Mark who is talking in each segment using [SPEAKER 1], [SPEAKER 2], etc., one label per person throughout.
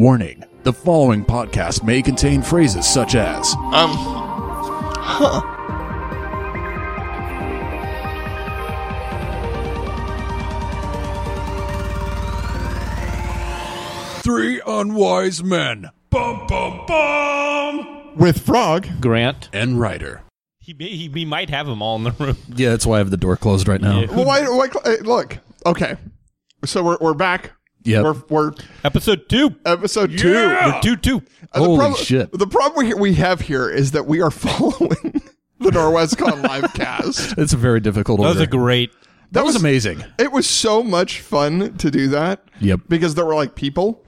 [SPEAKER 1] Warning the following podcast may contain phrases such as
[SPEAKER 2] Um. Huh.
[SPEAKER 1] Three Unwise Men, Bum Bum Bum,
[SPEAKER 3] with Frog.
[SPEAKER 4] Grant.
[SPEAKER 1] and Ryder.
[SPEAKER 4] He, he, he might have them all in the room.
[SPEAKER 5] Yeah, that's why I have the door closed right now.
[SPEAKER 3] Well, why, why? eh, Look, okay. So we're we're back.
[SPEAKER 5] Yep.
[SPEAKER 3] We're we're
[SPEAKER 4] Episode two.
[SPEAKER 3] episode two.
[SPEAKER 4] We're two two.
[SPEAKER 3] Uh,
[SPEAKER 5] Holy
[SPEAKER 3] problem,
[SPEAKER 5] shit.
[SPEAKER 3] The problem we, we have here is that we are following the NorwesCon live cast.
[SPEAKER 5] It's a very difficult
[SPEAKER 4] That
[SPEAKER 5] order.
[SPEAKER 4] was a great.
[SPEAKER 3] That was
[SPEAKER 5] amazing.
[SPEAKER 3] It was so much fun to do that.
[SPEAKER 5] Yep.
[SPEAKER 3] Because there were like people.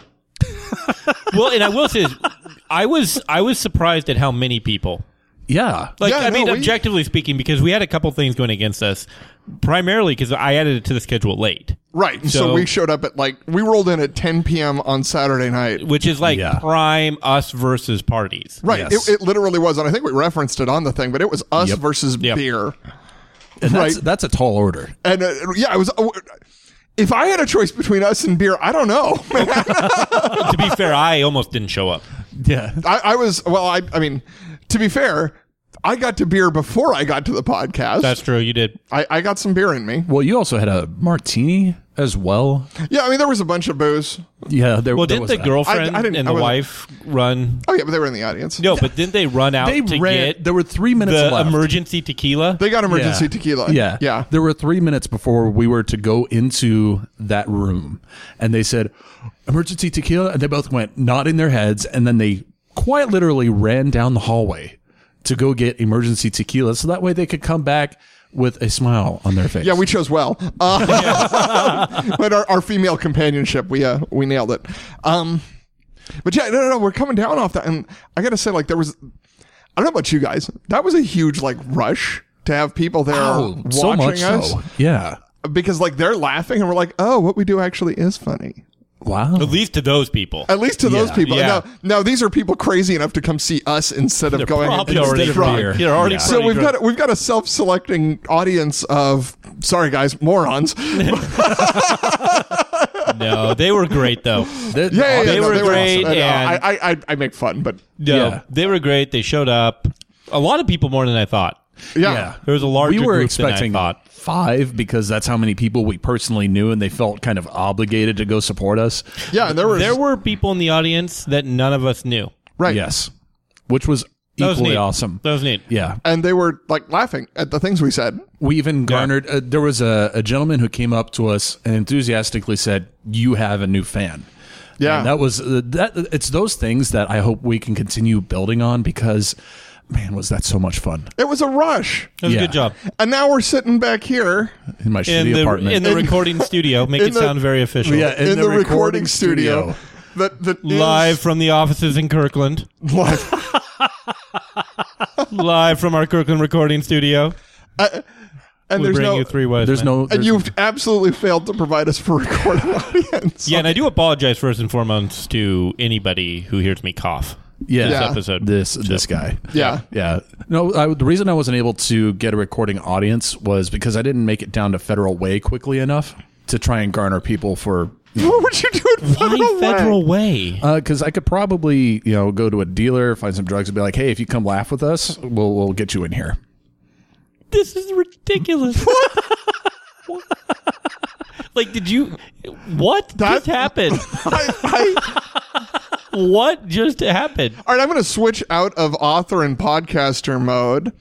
[SPEAKER 4] Well, and I will say, this, I was I was surprised at how many people.
[SPEAKER 5] Yeah.
[SPEAKER 4] Like
[SPEAKER 3] Yeah,
[SPEAKER 4] I mean,
[SPEAKER 3] no, we-
[SPEAKER 4] objectively speaking, because we had a couple things going against us, primarily because I added it to the schedule late,
[SPEAKER 3] Right. So,
[SPEAKER 4] So-
[SPEAKER 3] we showed up at like we rolled in at 10 p.m. on Saturday night.
[SPEAKER 4] which is like
[SPEAKER 5] Yeah.
[SPEAKER 4] prime us versus parties.
[SPEAKER 3] Right.
[SPEAKER 5] Yes.
[SPEAKER 3] It, it literally was, and I think we referenced it on the thing, but it was us
[SPEAKER 5] Yep.
[SPEAKER 3] versus
[SPEAKER 4] Yep.
[SPEAKER 3] beer.
[SPEAKER 5] and that's,
[SPEAKER 3] right.
[SPEAKER 5] that's a tall order.
[SPEAKER 3] And uh, yeah, it was. If I had a choice between us and beer, I don't know.
[SPEAKER 4] to be fair, I almost didn't show up.
[SPEAKER 5] Yeah.
[SPEAKER 3] I, I was well. I, I mean, to be fair, I got to beer before I got to the podcast.
[SPEAKER 4] That's true. You did.
[SPEAKER 3] I, I got some beer in me.
[SPEAKER 5] Well, you also had a martini as well.
[SPEAKER 3] Yeah, I mean, there was a bunch of booze.
[SPEAKER 5] Yeah. There,
[SPEAKER 4] Well,
[SPEAKER 5] there
[SPEAKER 4] didn't
[SPEAKER 5] was
[SPEAKER 4] the
[SPEAKER 5] that.
[SPEAKER 4] girlfriend
[SPEAKER 3] I- I didn't-
[SPEAKER 4] and
[SPEAKER 3] I
[SPEAKER 4] the
[SPEAKER 3] wasn't-
[SPEAKER 4] wife run?
[SPEAKER 3] Oh yeah, but they were in the audience.
[SPEAKER 4] No, but didn't they run out
[SPEAKER 5] They
[SPEAKER 4] to
[SPEAKER 5] ran.
[SPEAKER 4] get
[SPEAKER 5] There were three minutes
[SPEAKER 4] the
[SPEAKER 5] left.
[SPEAKER 4] emergency tequila?
[SPEAKER 3] they got emergency
[SPEAKER 5] Yeah.
[SPEAKER 3] tequila.
[SPEAKER 5] Yeah.
[SPEAKER 3] yeah.
[SPEAKER 5] There were three minutes before we were to go into that room. And they said, emergency tequila. And they both went nodding their heads. And then they quite literally ran down the hallway to go get emergency tequila. So that way they could come back with a smile on their face.
[SPEAKER 3] Yeah, we chose well. Uh, but our, our female companionship, we uh, we nailed it. Um, but yeah, no, no, no, we're coming down off that, and I gotta say, like, there was, I don't know about you guys, that was a huge like rush to have people there
[SPEAKER 5] Oh,
[SPEAKER 3] watching
[SPEAKER 5] so much
[SPEAKER 3] us
[SPEAKER 5] so. Yeah.
[SPEAKER 3] because like they're laughing and we're like, oh, what we do actually is funny.
[SPEAKER 4] At
[SPEAKER 5] Wow.
[SPEAKER 4] least to those people.
[SPEAKER 3] At least to those
[SPEAKER 5] Yeah.
[SPEAKER 3] people.
[SPEAKER 4] Yeah.
[SPEAKER 3] Now, now these are people crazy enough to come see us instead of going.
[SPEAKER 4] probably
[SPEAKER 3] instead
[SPEAKER 4] already
[SPEAKER 3] of drunk.
[SPEAKER 4] drunk. They're already
[SPEAKER 3] So
[SPEAKER 4] pretty
[SPEAKER 3] we've
[SPEAKER 4] drunk.
[SPEAKER 3] got we've got a self-selecting audience of sorry guys morons. yeah,
[SPEAKER 4] no, they were great though.
[SPEAKER 5] They,
[SPEAKER 3] yeah, yeah,
[SPEAKER 4] They
[SPEAKER 3] no,
[SPEAKER 4] were great,
[SPEAKER 3] awesome. I know.
[SPEAKER 4] and-
[SPEAKER 3] I, I, I I make fun, but
[SPEAKER 4] No,
[SPEAKER 5] Yeah.
[SPEAKER 4] they were great. They showed up. A lot of people more than I thought.
[SPEAKER 3] yeah,
[SPEAKER 5] Yeah.
[SPEAKER 4] There was a larger
[SPEAKER 5] we were
[SPEAKER 4] group than I
[SPEAKER 5] expecting
[SPEAKER 4] thought.
[SPEAKER 5] five because that's how many people we personally knew, and they felt kind of obligated to go support us.
[SPEAKER 3] yeah. and there were
[SPEAKER 4] There were people in the audience that none of us knew.
[SPEAKER 3] right.
[SPEAKER 5] Yes, which was
[SPEAKER 4] That was
[SPEAKER 5] equally
[SPEAKER 4] neat.
[SPEAKER 5] awesome.
[SPEAKER 4] That was neat.
[SPEAKER 5] Yeah,
[SPEAKER 3] And they were like laughing at the things we said.
[SPEAKER 5] we even garnered. Uh, there was a, a gentleman who came up to us and enthusiastically said, "You have a new fan."
[SPEAKER 3] Yeah.
[SPEAKER 5] And that was uh, that. It's those things that I hope we can continue building on because, man, was that so much fun
[SPEAKER 3] It was a rush,
[SPEAKER 4] That was
[SPEAKER 5] Yeah.
[SPEAKER 4] a good job.
[SPEAKER 3] and now we're sitting back here
[SPEAKER 5] in my
[SPEAKER 4] In
[SPEAKER 5] shitty
[SPEAKER 4] the
[SPEAKER 5] apartment.
[SPEAKER 4] in the recording studio, make
[SPEAKER 3] in
[SPEAKER 4] it
[SPEAKER 3] the-
[SPEAKER 4] sound very official.
[SPEAKER 5] yeah,
[SPEAKER 3] in, the, recording, studio. That that is-
[SPEAKER 4] Live from the offices in Kirkland.
[SPEAKER 3] live.
[SPEAKER 4] Live from our Kirkland recording studio.
[SPEAKER 3] Uh, and
[SPEAKER 4] We
[SPEAKER 3] there's
[SPEAKER 4] bring
[SPEAKER 3] no
[SPEAKER 4] you three wise.
[SPEAKER 5] There's
[SPEAKER 4] men.
[SPEAKER 5] no.
[SPEAKER 3] and
[SPEAKER 5] There's,
[SPEAKER 3] you've absolutely failed to provide us for recording audience.
[SPEAKER 4] Yeah, and I do apologize first and foremost to anybody who hears me cough.
[SPEAKER 5] yeah.
[SPEAKER 3] Yeah.
[SPEAKER 4] Episode.
[SPEAKER 5] This this guy.
[SPEAKER 3] Yeah.
[SPEAKER 5] Yeah. No, I, the reason I wasn't able to get a recording audience was because I didn't make it down to Federal Way quickly enough to try and garner people for.
[SPEAKER 3] What would you do in
[SPEAKER 4] Why
[SPEAKER 3] federal, way?
[SPEAKER 4] Federal Way?
[SPEAKER 5] Because I could probably, you know, go to a dealer, find some drugs, and be like, "Hey, if you come laugh with us, we'll we'll get you in here."
[SPEAKER 4] this is ridiculous. What? like, did you? What just happened?
[SPEAKER 3] I, I,
[SPEAKER 4] what just happened?
[SPEAKER 3] all right, I'm going to switch out of author and podcaster mode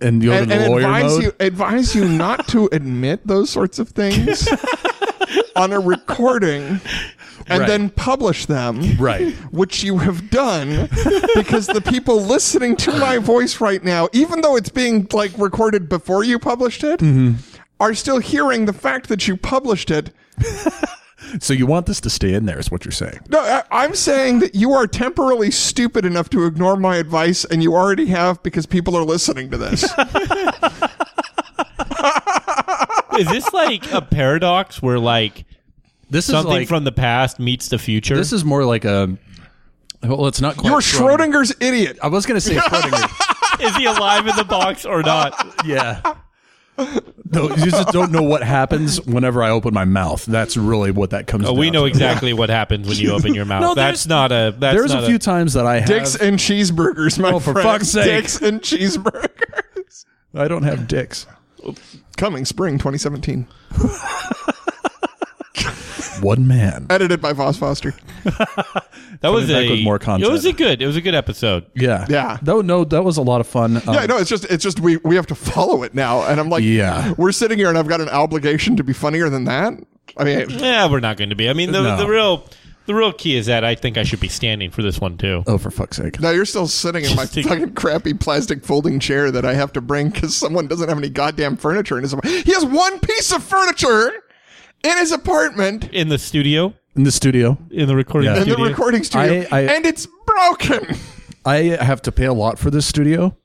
[SPEAKER 5] And you go
[SPEAKER 3] and,
[SPEAKER 5] to the
[SPEAKER 3] and
[SPEAKER 5] lawyer
[SPEAKER 3] advise
[SPEAKER 5] mode.
[SPEAKER 3] you advise you not to admit those sorts of things on a recording and
[SPEAKER 5] Right.
[SPEAKER 3] then publish them.
[SPEAKER 5] Right.
[SPEAKER 3] Which you have done because the people listening to my voice right now, even though it's being like recorded before you published it,
[SPEAKER 5] Mm-hmm.
[SPEAKER 3] are still hearing the fact that you published it
[SPEAKER 5] So you want this to stay in there, is what you're saying.
[SPEAKER 3] No, I, I'm saying that you are temporarily stupid enough to ignore my advice, and you already have because people are listening to this.
[SPEAKER 4] Is this like a paradox where like
[SPEAKER 5] This
[SPEAKER 4] something
[SPEAKER 5] is like
[SPEAKER 4] from the past meets the future?
[SPEAKER 5] this is more like a. Well, it's not quite.
[SPEAKER 3] You're
[SPEAKER 5] Schroding-
[SPEAKER 3] Schrodinger's idiot.
[SPEAKER 5] I was going to say Schrodinger.
[SPEAKER 4] is he alive in the box or not?
[SPEAKER 5] yeah. No, you just don't know what happens whenever I open my mouth. That's really what that comes.
[SPEAKER 4] Oh,
[SPEAKER 5] down
[SPEAKER 4] we know
[SPEAKER 5] to.
[SPEAKER 4] exactly what happens when you open your mouth.
[SPEAKER 5] No,
[SPEAKER 4] that's
[SPEAKER 5] there's-
[SPEAKER 4] not a. That's
[SPEAKER 5] There's
[SPEAKER 4] not
[SPEAKER 5] a few times that I have.
[SPEAKER 3] Dicks and cheeseburgers, my
[SPEAKER 5] Uh, Oh, for
[SPEAKER 3] friend.
[SPEAKER 5] fuck's sake.
[SPEAKER 3] Dicks and cheeseburgers.
[SPEAKER 5] I don't have dicks.
[SPEAKER 3] Coming spring 2017.
[SPEAKER 5] One man.
[SPEAKER 3] Edited by Voss Foster.
[SPEAKER 4] That was
[SPEAKER 5] back
[SPEAKER 4] a
[SPEAKER 5] with more
[SPEAKER 4] It was
[SPEAKER 5] content.
[SPEAKER 4] a good. It was a good episode.
[SPEAKER 5] Yeah.
[SPEAKER 3] Yeah.
[SPEAKER 5] That, no, that was a lot of fun. Um,
[SPEAKER 3] Yeah, no, it's just it's just we we have to follow it now, and I'm like,
[SPEAKER 5] Yeah.
[SPEAKER 3] we're sitting here, and I've got an obligation to be funnier than that. I mean,
[SPEAKER 4] Yeah, we're not going to be. I mean, the,
[SPEAKER 5] No.
[SPEAKER 4] the real the real key is that I think I should be standing for this one too.
[SPEAKER 5] Oh, for fuck's sake.
[SPEAKER 3] now you're still sitting in my fucking crappy plastic folding chair that I have to bring because someone doesn't have any goddamn furniture in his apartment. He has one piece of furniture in his apartment
[SPEAKER 4] In the studio,
[SPEAKER 5] In the studio,
[SPEAKER 4] in the recording
[SPEAKER 5] Yeah.
[SPEAKER 3] in
[SPEAKER 4] studio,
[SPEAKER 3] the recording studio,
[SPEAKER 5] I- I-
[SPEAKER 3] and it's broken.
[SPEAKER 5] I have to pay a lot for this studio,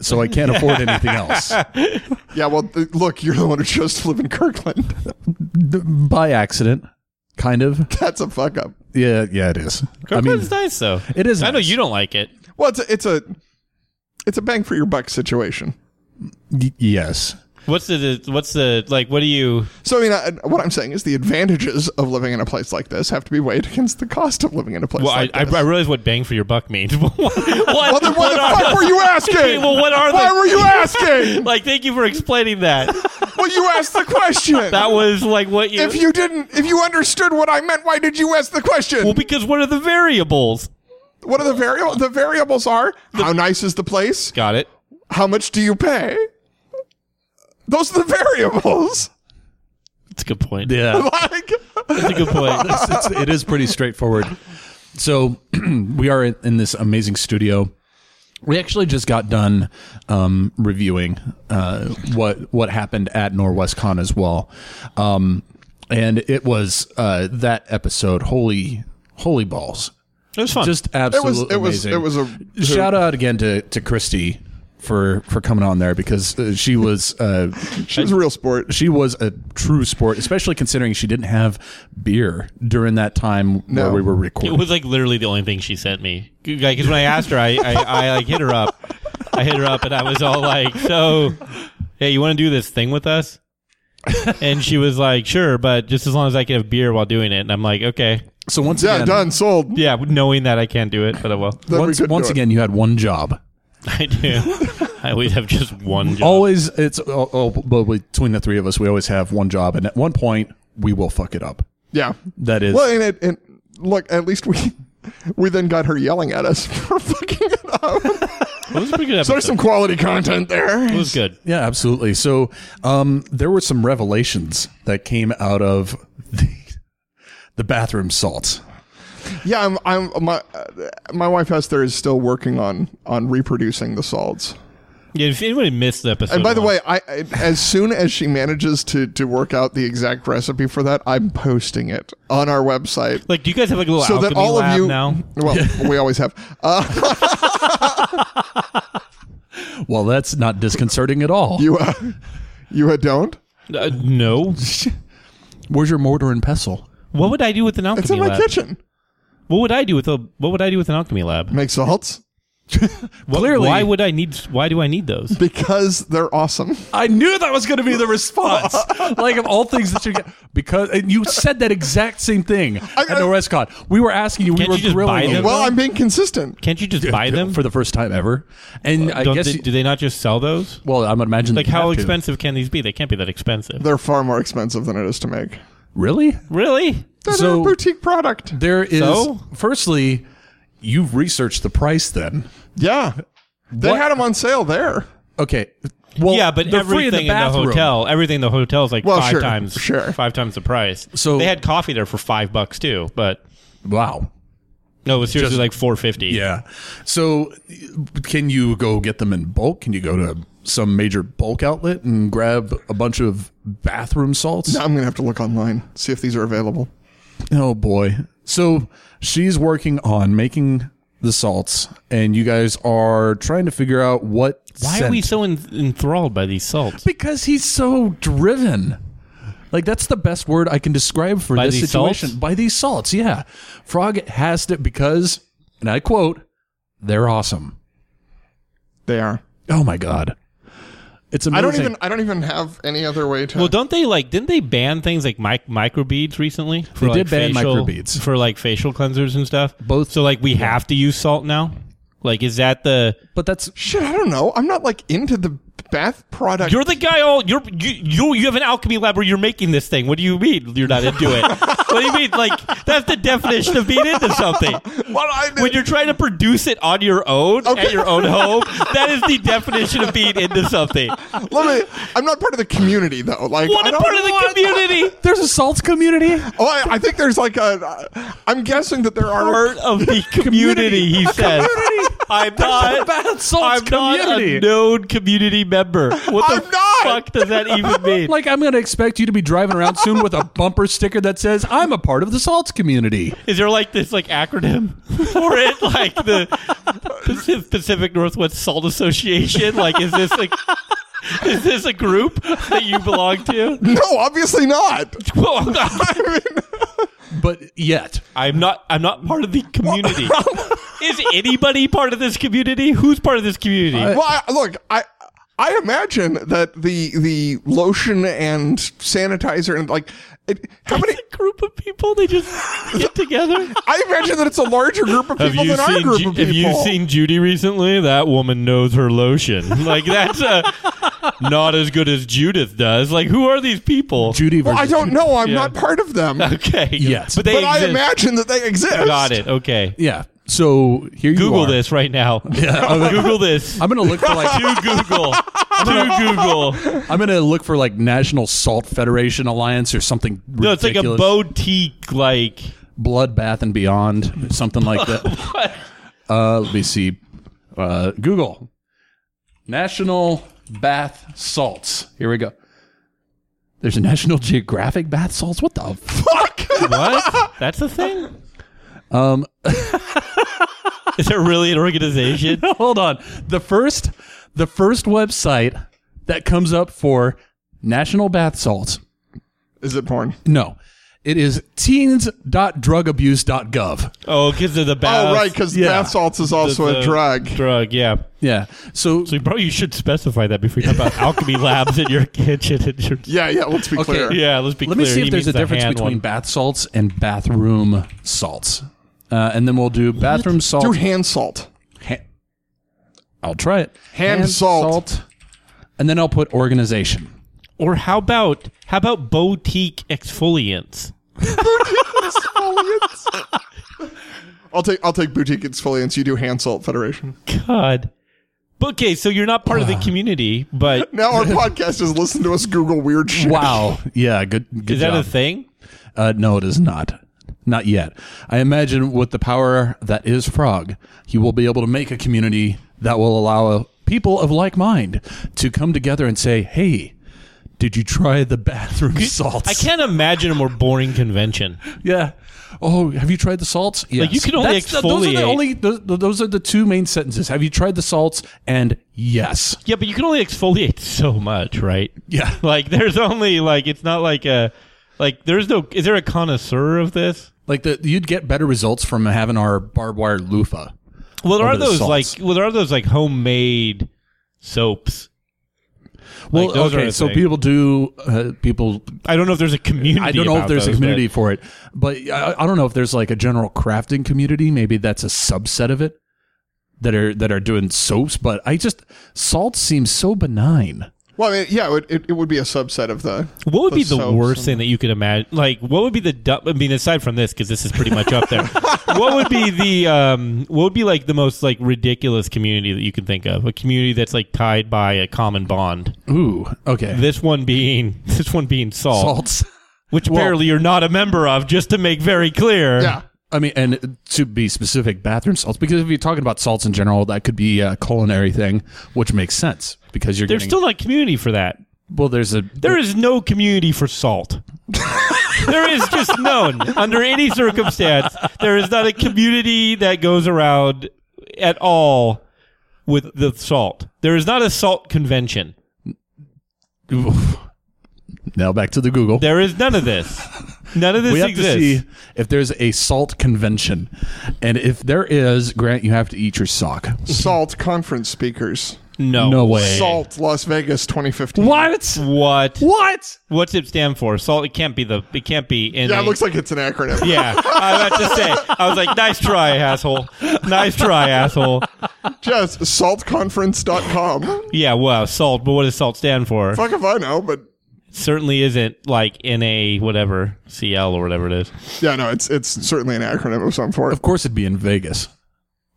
[SPEAKER 5] so I can't afford anything else.
[SPEAKER 3] yeah, well, th- look, you're the one who chose to live in Kirkland.
[SPEAKER 5] D- By accident, kind of.
[SPEAKER 3] That's a fuck up.
[SPEAKER 5] Yeah, yeah, it is.
[SPEAKER 4] Kirkland's nice though.
[SPEAKER 5] It is
[SPEAKER 4] I know
[SPEAKER 5] nice.
[SPEAKER 4] you don't like it.
[SPEAKER 3] Well, it's a, it's a it's a bang for your buck situation.
[SPEAKER 5] y- yes.
[SPEAKER 4] What's the what's the like? What do you?
[SPEAKER 3] So I mean, I, what I'm saying is the advantages of living in a place like this have to be weighed against the cost of living in a place
[SPEAKER 4] Well, I,
[SPEAKER 3] like
[SPEAKER 4] I,
[SPEAKER 3] this.
[SPEAKER 4] I realize what bang for your buck means. what,
[SPEAKER 3] well, then what the fuck were you asking?
[SPEAKER 4] Okay, well, what are
[SPEAKER 3] Why
[SPEAKER 4] the-
[SPEAKER 3] were you asking?
[SPEAKER 4] like, thank you for explaining that.
[SPEAKER 3] well, you asked the question.
[SPEAKER 4] That was like what you.
[SPEAKER 3] if you didn't, if you understood what I meant, why did you ask the question?
[SPEAKER 4] well, because what are the variables?
[SPEAKER 3] what are the variables? The variables are how nice is the place?
[SPEAKER 4] Got it.
[SPEAKER 3] How much do you pay? Those are the variables.
[SPEAKER 4] It's a good point.
[SPEAKER 5] Yeah.
[SPEAKER 3] like,
[SPEAKER 4] That's a good point.
[SPEAKER 5] it's, it's- it is pretty straightforward. So we are in, in this amazing studio. We actually just got done um, reviewing uh, what what happened at NorwestCon as well, um, and it was uh, that episode. Holy holy balls!
[SPEAKER 4] It was fun.
[SPEAKER 5] Just
[SPEAKER 3] it was,
[SPEAKER 5] absolutely
[SPEAKER 3] it was,
[SPEAKER 5] amazing.
[SPEAKER 3] it was a
[SPEAKER 5] shout out again to to Christy for for coming on there because uh, she was uh,
[SPEAKER 3] She was a real sport.
[SPEAKER 5] she was a true sport, especially considering she didn't have beer during that time
[SPEAKER 3] No.
[SPEAKER 5] where we were
[SPEAKER 4] It
[SPEAKER 5] recording.
[SPEAKER 4] was like literally the only thing she sent me. Because when I asked her, I, I, I like hit her up. I hit her up and I was all like, so, hey, you want to do this thing with us? And she was like, sure, but just as long as I can have beer while doing it. And I'm like, okay.
[SPEAKER 5] so once
[SPEAKER 3] Yeah,
[SPEAKER 5] again,
[SPEAKER 3] done, sold.
[SPEAKER 4] Yeah, knowing that I can't do it, but I will.
[SPEAKER 3] Then we
[SPEAKER 5] once
[SPEAKER 3] couldn't
[SPEAKER 5] once
[SPEAKER 3] do it.
[SPEAKER 5] again, you had one job.
[SPEAKER 4] I do. I always have just one job.
[SPEAKER 5] Always, it's oh, oh, but between the three of us, we always have one job, and at one point, we will fuck it up.
[SPEAKER 3] yeah.
[SPEAKER 5] That is,
[SPEAKER 3] Well, and, it, and look, at least we we then got her yelling at us for fucking it up.
[SPEAKER 4] It was a pretty good
[SPEAKER 3] So
[SPEAKER 4] episode.
[SPEAKER 3] there's some quality content
[SPEAKER 4] it
[SPEAKER 3] there.
[SPEAKER 4] was good.
[SPEAKER 5] yeah, absolutely. So, um, there were some revelations that came out of the, the bathroom salts.
[SPEAKER 3] Yeah, I'm. I'm my uh, my wife Hester is still working on on reproducing the salts.
[SPEAKER 4] Yeah, if anybody missed the episode.
[SPEAKER 3] And by the
[SPEAKER 4] one-
[SPEAKER 3] way, I, I as soon as she manages to to work out the exact recipe for that, I'm posting it on our website.
[SPEAKER 4] like, do you guys have like a little
[SPEAKER 3] so that
[SPEAKER 4] alchemy
[SPEAKER 3] all of
[SPEAKER 4] lab
[SPEAKER 3] you
[SPEAKER 4] now?
[SPEAKER 3] well we always have uh,
[SPEAKER 5] Well, that's not disconcerting at all.
[SPEAKER 3] you uh, you uh, don't
[SPEAKER 4] Uh, no.
[SPEAKER 5] Where's your mortar and pestle?
[SPEAKER 4] What would I do with an alchemy
[SPEAKER 3] it's in my
[SPEAKER 4] lab?
[SPEAKER 3] kitchen
[SPEAKER 4] What would I do with a What would I do with an alchemy lab?
[SPEAKER 3] make salts
[SPEAKER 4] What-
[SPEAKER 5] Clearly-
[SPEAKER 4] why would I need? Why do I need those?
[SPEAKER 3] because they're awesome
[SPEAKER 5] I knew that was going to be the response. like of all things that you get, because and you said that exact same thing at
[SPEAKER 3] I-
[SPEAKER 5] NorwestCon. We were asking you, we
[SPEAKER 4] Can't
[SPEAKER 5] were
[SPEAKER 4] you just buy
[SPEAKER 5] grilling you
[SPEAKER 4] them?
[SPEAKER 3] well i'm being consistent
[SPEAKER 4] Can't you just buy them?
[SPEAKER 5] for the first time ever, and I
[SPEAKER 4] Don't
[SPEAKER 5] guess.
[SPEAKER 4] they,
[SPEAKER 5] you-
[SPEAKER 4] do they not just sell those?
[SPEAKER 5] well, I'm imagining
[SPEAKER 4] Like
[SPEAKER 5] they
[SPEAKER 4] how
[SPEAKER 5] have to.
[SPEAKER 4] expensive can these be? They can't be that expensive.
[SPEAKER 3] they're far more expensive than it is to make.
[SPEAKER 5] Really?
[SPEAKER 4] Really?
[SPEAKER 3] That's
[SPEAKER 5] So-
[SPEAKER 3] a boutique product.
[SPEAKER 5] There is.
[SPEAKER 4] So?
[SPEAKER 5] Firstly, you've researched the price. Then
[SPEAKER 3] Yeah. They
[SPEAKER 5] What-
[SPEAKER 3] had them on sale there.
[SPEAKER 5] okay. Well,
[SPEAKER 4] yeah, but
[SPEAKER 5] they're free in the
[SPEAKER 4] everything in the
[SPEAKER 5] bathroom.
[SPEAKER 4] hotel, everything in the hotel is like
[SPEAKER 3] Well,
[SPEAKER 4] five
[SPEAKER 3] sure,
[SPEAKER 4] times,
[SPEAKER 3] sure.
[SPEAKER 4] five times the price.
[SPEAKER 5] So-
[SPEAKER 4] they had coffee there for five bucks too, but
[SPEAKER 5] Wow.
[SPEAKER 4] no, it was seriously
[SPEAKER 5] Just-
[SPEAKER 4] like four fifty.
[SPEAKER 5] Yeah. So, can you go get them in bulk? Can you go to some major bulk outlet and grab a bunch of bathroom salts?
[SPEAKER 3] Now I'm going to have to look online, see if these are available.
[SPEAKER 5] Oh boy. So she's working on making the salts, and you guys are trying to figure out what.
[SPEAKER 4] Why are
[SPEAKER 5] scent-
[SPEAKER 4] we so en- enthralled by these salts?
[SPEAKER 5] Because he's so driven. Like that's the best word I can describe for
[SPEAKER 4] By
[SPEAKER 5] this
[SPEAKER 4] these
[SPEAKER 5] situation.
[SPEAKER 4] salts?
[SPEAKER 5] By these salts, yeah. Frog has it because, and I quote, "They're awesome."
[SPEAKER 3] They are.
[SPEAKER 5] Oh my god. It's amazing.
[SPEAKER 3] I don't even I don't even have any other way to.
[SPEAKER 4] Well, don't they like? Didn't they ban things like mic- microbeads recently? For,
[SPEAKER 5] They
[SPEAKER 4] like,
[SPEAKER 5] did ban
[SPEAKER 4] facial-
[SPEAKER 5] microbeads.
[SPEAKER 4] for like facial cleansers and stuff.
[SPEAKER 5] Both-
[SPEAKER 4] So like we have to use salt now. Like is that the?
[SPEAKER 5] But that's
[SPEAKER 3] Shit, I don't know. I'm not like into the bath product.
[SPEAKER 4] You're the guy. All you're you you, you have an alchemy lab where you're making this thing. What do you mean you're not into it? what do you mean? Like that's the definition of being into something.
[SPEAKER 3] Well, I did-
[SPEAKER 4] When you're trying to produce it on your own at your own home, that is the definition of being into something.
[SPEAKER 3] Let me, I'm not part of the community though. Like,
[SPEAKER 4] What
[SPEAKER 3] I
[SPEAKER 4] a
[SPEAKER 3] don't
[SPEAKER 4] part of the community.
[SPEAKER 5] there's a salt community.
[SPEAKER 3] Oh, I, I think there's like a. I'm guessing that there are.
[SPEAKER 4] Part of the community, he says. I'm not.
[SPEAKER 5] Bad salt
[SPEAKER 4] I'm
[SPEAKER 5] community.
[SPEAKER 4] not a known community member. What the
[SPEAKER 3] I'm not!
[SPEAKER 4] fuck does that even mean?
[SPEAKER 5] like I'm gonna expect you to be driving around soon with a bumper sticker that says I'm a part of the salts community.
[SPEAKER 4] Is there like this like acronym for it? Like the Pacific, Pacific Northwest Salt Association? Like is this like is this a group that you belong to?
[SPEAKER 3] No, obviously not.
[SPEAKER 4] Well, I'm not,
[SPEAKER 5] But yet,
[SPEAKER 4] I'm not I'm not part of the community. Is anybody part of this community? Who's part of this community?
[SPEAKER 3] Well, I, look, I. I imagine that the the lotion and sanitizer and like it, how many.
[SPEAKER 4] It's a group of people they just get together.
[SPEAKER 3] I imagine that it's a larger group of people than our group
[SPEAKER 4] Ju-
[SPEAKER 3] of people.
[SPEAKER 4] Have you seen Judy recently? That woman knows her lotion. Like that's uh, not as good as Judith does. Like who are these people?
[SPEAKER 5] Judy versus
[SPEAKER 3] Well, I don't know. I'm
[SPEAKER 4] Yeah.
[SPEAKER 3] not part of them, but
[SPEAKER 4] okay.
[SPEAKER 5] Yes.
[SPEAKER 4] But they
[SPEAKER 3] I
[SPEAKER 4] exist.
[SPEAKER 3] imagine that they exist.
[SPEAKER 4] Got it. Okay.
[SPEAKER 5] Yeah. So here you
[SPEAKER 4] Google
[SPEAKER 5] are.
[SPEAKER 4] this right now. Google this.
[SPEAKER 5] I'm gonna look for like
[SPEAKER 4] to Google. to Google.
[SPEAKER 5] I'm gonna look for like National Salt Federation Alliance or something.
[SPEAKER 4] No, it's like a
[SPEAKER 5] ridiculous.
[SPEAKER 4] boutique. Like
[SPEAKER 5] bloodbath and beyond, something like that. Uh, let me see. Uh, Google National Bath Salts. Here we go. There's a National Geographic bath salts. What the fuck?
[SPEAKER 4] what? That's a thing. Um. Is there really an organization?
[SPEAKER 5] Hold on. The first, the first website that comes up for National Bath Salts.
[SPEAKER 3] Is it porn?
[SPEAKER 5] No, it is teens.drugabuse.gov.
[SPEAKER 4] Oh, because of the bath.
[SPEAKER 3] Oh, right, because
[SPEAKER 5] yeah.
[SPEAKER 3] bath salts is also
[SPEAKER 4] the-
[SPEAKER 3] a drug.
[SPEAKER 4] Drug, yeah.
[SPEAKER 5] Yeah. So
[SPEAKER 4] So you probably should specify that before you talk about alchemy labs in your kitchen. And your,
[SPEAKER 3] Yeah, yeah. Let's be clear.
[SPEAKER 4] yeah, let's be
[SPEAKER 5] Let
[SPEAKER 4] clear.
[SPEAKER 5] me see
[SPEAKER 4] He
[SPEAKER 5] if there's
[SPEAKER 4] means
[SPEAKER 5] a
[SPEAKER 4] the
[SPEAKER 5] difference
[SPEAKER 4] hand
[SPEAKER 5] between
[SPEAKER 4] one.
[SPEAKER 5] bath salts and bathroom salts. Uh, and then we'll do bathroom salt.
[SPEAKER 3] Do hand salt.
[SPEAKER 5] ha- I'll try it.
[SPEAKER 3] Hand salt.
[SPEAKER 5] And then I'll put organization.
[SPEAKER 4] or how about how about boutique exfoliants?
[SPEAKER 3] exfoliants. I'll take I'll take boutique exfoliants. You do hand salt federation.
[SPEAKER 4] God. But, Okay, so you're not part of the community, but
[SPEAKER 3] Now our podcast is listen to us Google weird shit.
[SPEAKER 5] Wow. Yeah. Good. Good
[SPEAKER 4] is
[SPEAKER 5] job.
[SPEAKER 4] that a thing?
[SPEAKER 5] uh, no, it is not. Not yet. I imagine with the power that is Frog, he will be able to make a community that will allow people of like mind to come together and say, "Hey, did you try the bathroom salts?"
[SPEAKER 4] I can't imagine a more boring convention.
[SPEAKER 5] Yeah. Oh, have you tried the salts? Yes.
[SPEAKER 4] you can only
[SPEAKER 5] th- Those are
[SPEAKER 4] exfoliate.
[SPEAKER 5] the only. Those, those are the two main sentences. Have you tried the salts? And yes.
[SPEAKER 4] Yeah, but you can only exfoliate so much, right?
[SPEAKER 5] Yeah.
[SPEAKER 4] Like there's only like it's not like a like there's no is there a connoisseur of this?
[SPEAKER 5] Like the you'd get better results from having our barbed wire loofah.
[SPEAKER 4] Well, there
[SPEAKER 5] Over
[SPEAKER 4] are
[SPEAKER 5] the
[SPEAKER 4] those
[SPEAKER 5] salts.
[SPEAKER 4] like well, there are those like homemade soaps.
[SPEAKER 5] Well,
[SPEAKER 4] those are
[SPEAKER 5] okay.
[SPEAKER 4] a
[SPEAKER 5] So
[SPEAKER 4] thing.
[SPEAKER 5] people do. Uh, people.
[SPEAKER 4] I don't know if there's a community.
[SPEAKER 5] I don't know if
[SPEAKER 4] about
[SPEAKER 5] there's a
[SPEAKER 4] those, but-
[SPEAKER 5] community for it, but I, I don't know if there's like a general crafting community. Maybe that's a subset of it that are that are doing soaps. But I just salts seems so benign.
[SPEAKER 3] Well, I mean, yeah, it, would- it, it would be a subset of the.
[SPEAKER 4] What would be the
[SPEAKER 3] soaps
[SPEAKER 4] worst thing that you could imagine? Like, what would be the? du- I mean, aside from this, because this is pretty much up there. what would be the? Um, what would be like the most like ridiculous community that you can think of? A community that's like tied by a common bond.
[SPEAKER 5] Ooh. Okay.
[SPEAKER 4] This one being this one being salt,
[SPEAKER 5] salts.
[SPEAKER 4] which apparently you're not a member of. Just to make very clear.
[SPEAKER 3] Yeah.
[SPEAKER 5] I mean, and to be specific, bathroom salts. Because if you're talking about salts in general, that could be a culinary thing, which makes sense because you're
[SPEAKER 4] there's
[SPEAKER 5] getting.
[SPEAKER 4] still not community for that.
[SPEAKER 5] well, there's a
[SPEAKER 4] There is no community for salt. there is just none under any circumstance. There is not a community that goes around at all with the salt. There is not a salt convention.
[SPEAKER 5] now back to the Google.
[SPEAKER 4] There is none of this. None of this
[SPEAKER 5] we have
[SPEAKER 4] exists.
[SPEAKER 5] to see if there's a salt convention, and if there is, Grant, you have to eat your sock.
[SPEAKER 3] Salt conference speakers.
[SPEAKER 4] No.
[SPEAKER 5] No way.
[SPEAKER 3] Salt Las Vegas 2015.
[SPEAKER 5] What?
[SPEAKER 4] What?
[SPEAKER 5] What?
[SPEAKER 4] What's it stand for? Salt. It can't be the. It can't be in.
[SPEAKER 3] Yeah, it
[SPEAKER 4] the-
[SPEAKER 3] looks like it's an acronym.
[SPEAKER 4] Yeah, I was about to say. I was like, nice try, asshole. Nice try, asshole.
[SPEAKER 3] Just saltconference.com.
[SPEAKER 4] Yeah, well, salt. But what does salt stand for?
[SPEAKER 3] Fuck if I know, but
[SPEAKER 4] Certainly isn't like NA whatever CL or whatever it is.
[SPEAKER 3] yeah, no, it's it's certainly an acronym of some sort
[SPEAKER 5] Of course, it'd be in Vegas.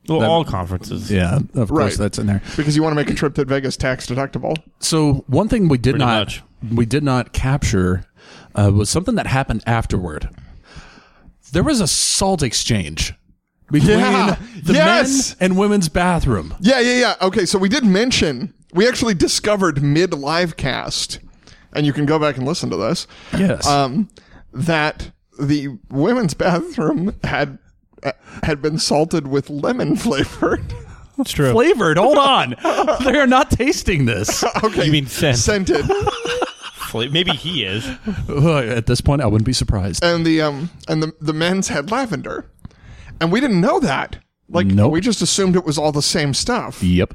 [SPEAKER 4] Well,
[SPEAKER 5] That-
[SPEAKER 4] all conferences.
[SPEAKER 5] Yeah, of
[SPEAKER 3] Right.
[SPEAKER 5] course that's in there.
[SPEAKER 3] because you want to make a trip to Vegas tax deductible.
[SPEAKER 5] So one thing we did
[SPEAKER 4] Pretty
[SPEAKER 5] not
[SPEAKER 4] much.
[SPEAKER 5] we did not capture uh, was something that happened afterward. There was a salt exchange between
[SPEAKER 3] Yeah.
[SPEAKER 5] the
[SPEAKER 3] Yes.
[SPEAKER 5] men and women's bathroom.
[SPEAKER 3] Yeah, yeah, yeah. Okay, so we did mention we actually discovered mid live cast, and you can go back and listen to this.
[SPEAKER 5] Yes.
[SPEAKER 3] um, that the women's bathroom had uh, had been salted with lemon flavor.
[SPEAKER 4] it's true.
[SPEAKER 5] flavored. Hold on, they are not tasting this.
[SPEAKER 3] okay,
[SPEAKER 4] You mean scent.
[SPEAKER 3] scented?
[SPEAKER 4] Fla- Maybe he is.
[SPEAKER 5] Ugh, At this point, I wouldn't be surprised.
[SPEAKER 3] and the um and the the men's had lavender, and we didn't know that. Like
[SPEAKER 5] Nope.
[SPEAKER 3] we just assumed it was all the same stuff.
[SPEAKER 5] Yep.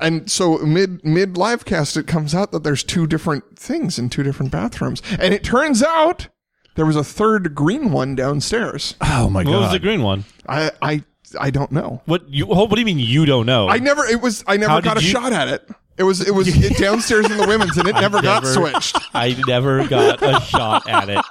[SPEAKER 3] And so mid mid live cast, it comes out that there's two different things in two different bathrooms, and it turns out there was a third green one downstairs.
[SPEAKER 5] Oh my
[SPEAKER 4] What was the
[SPEAKER 5] god.
[SPEAKER 4] green one?
[SPEAKER 3] I I I don't know.
[SPEAKER 4] What you? oh, What do you mean you don't know?
[SPEAKER 3] I never. It was. I never
[SPEAKER 4] How
[SPEAKER 3] got a
[SPEAKER 4] did you-
[SPEAKER 3] shot at it. It was. It was it downstairs in the women's, and it never got
[SPEAKER 4] never-
[SPEAKER 3] switched.
[SPEAKER 4] I never got a shot at it.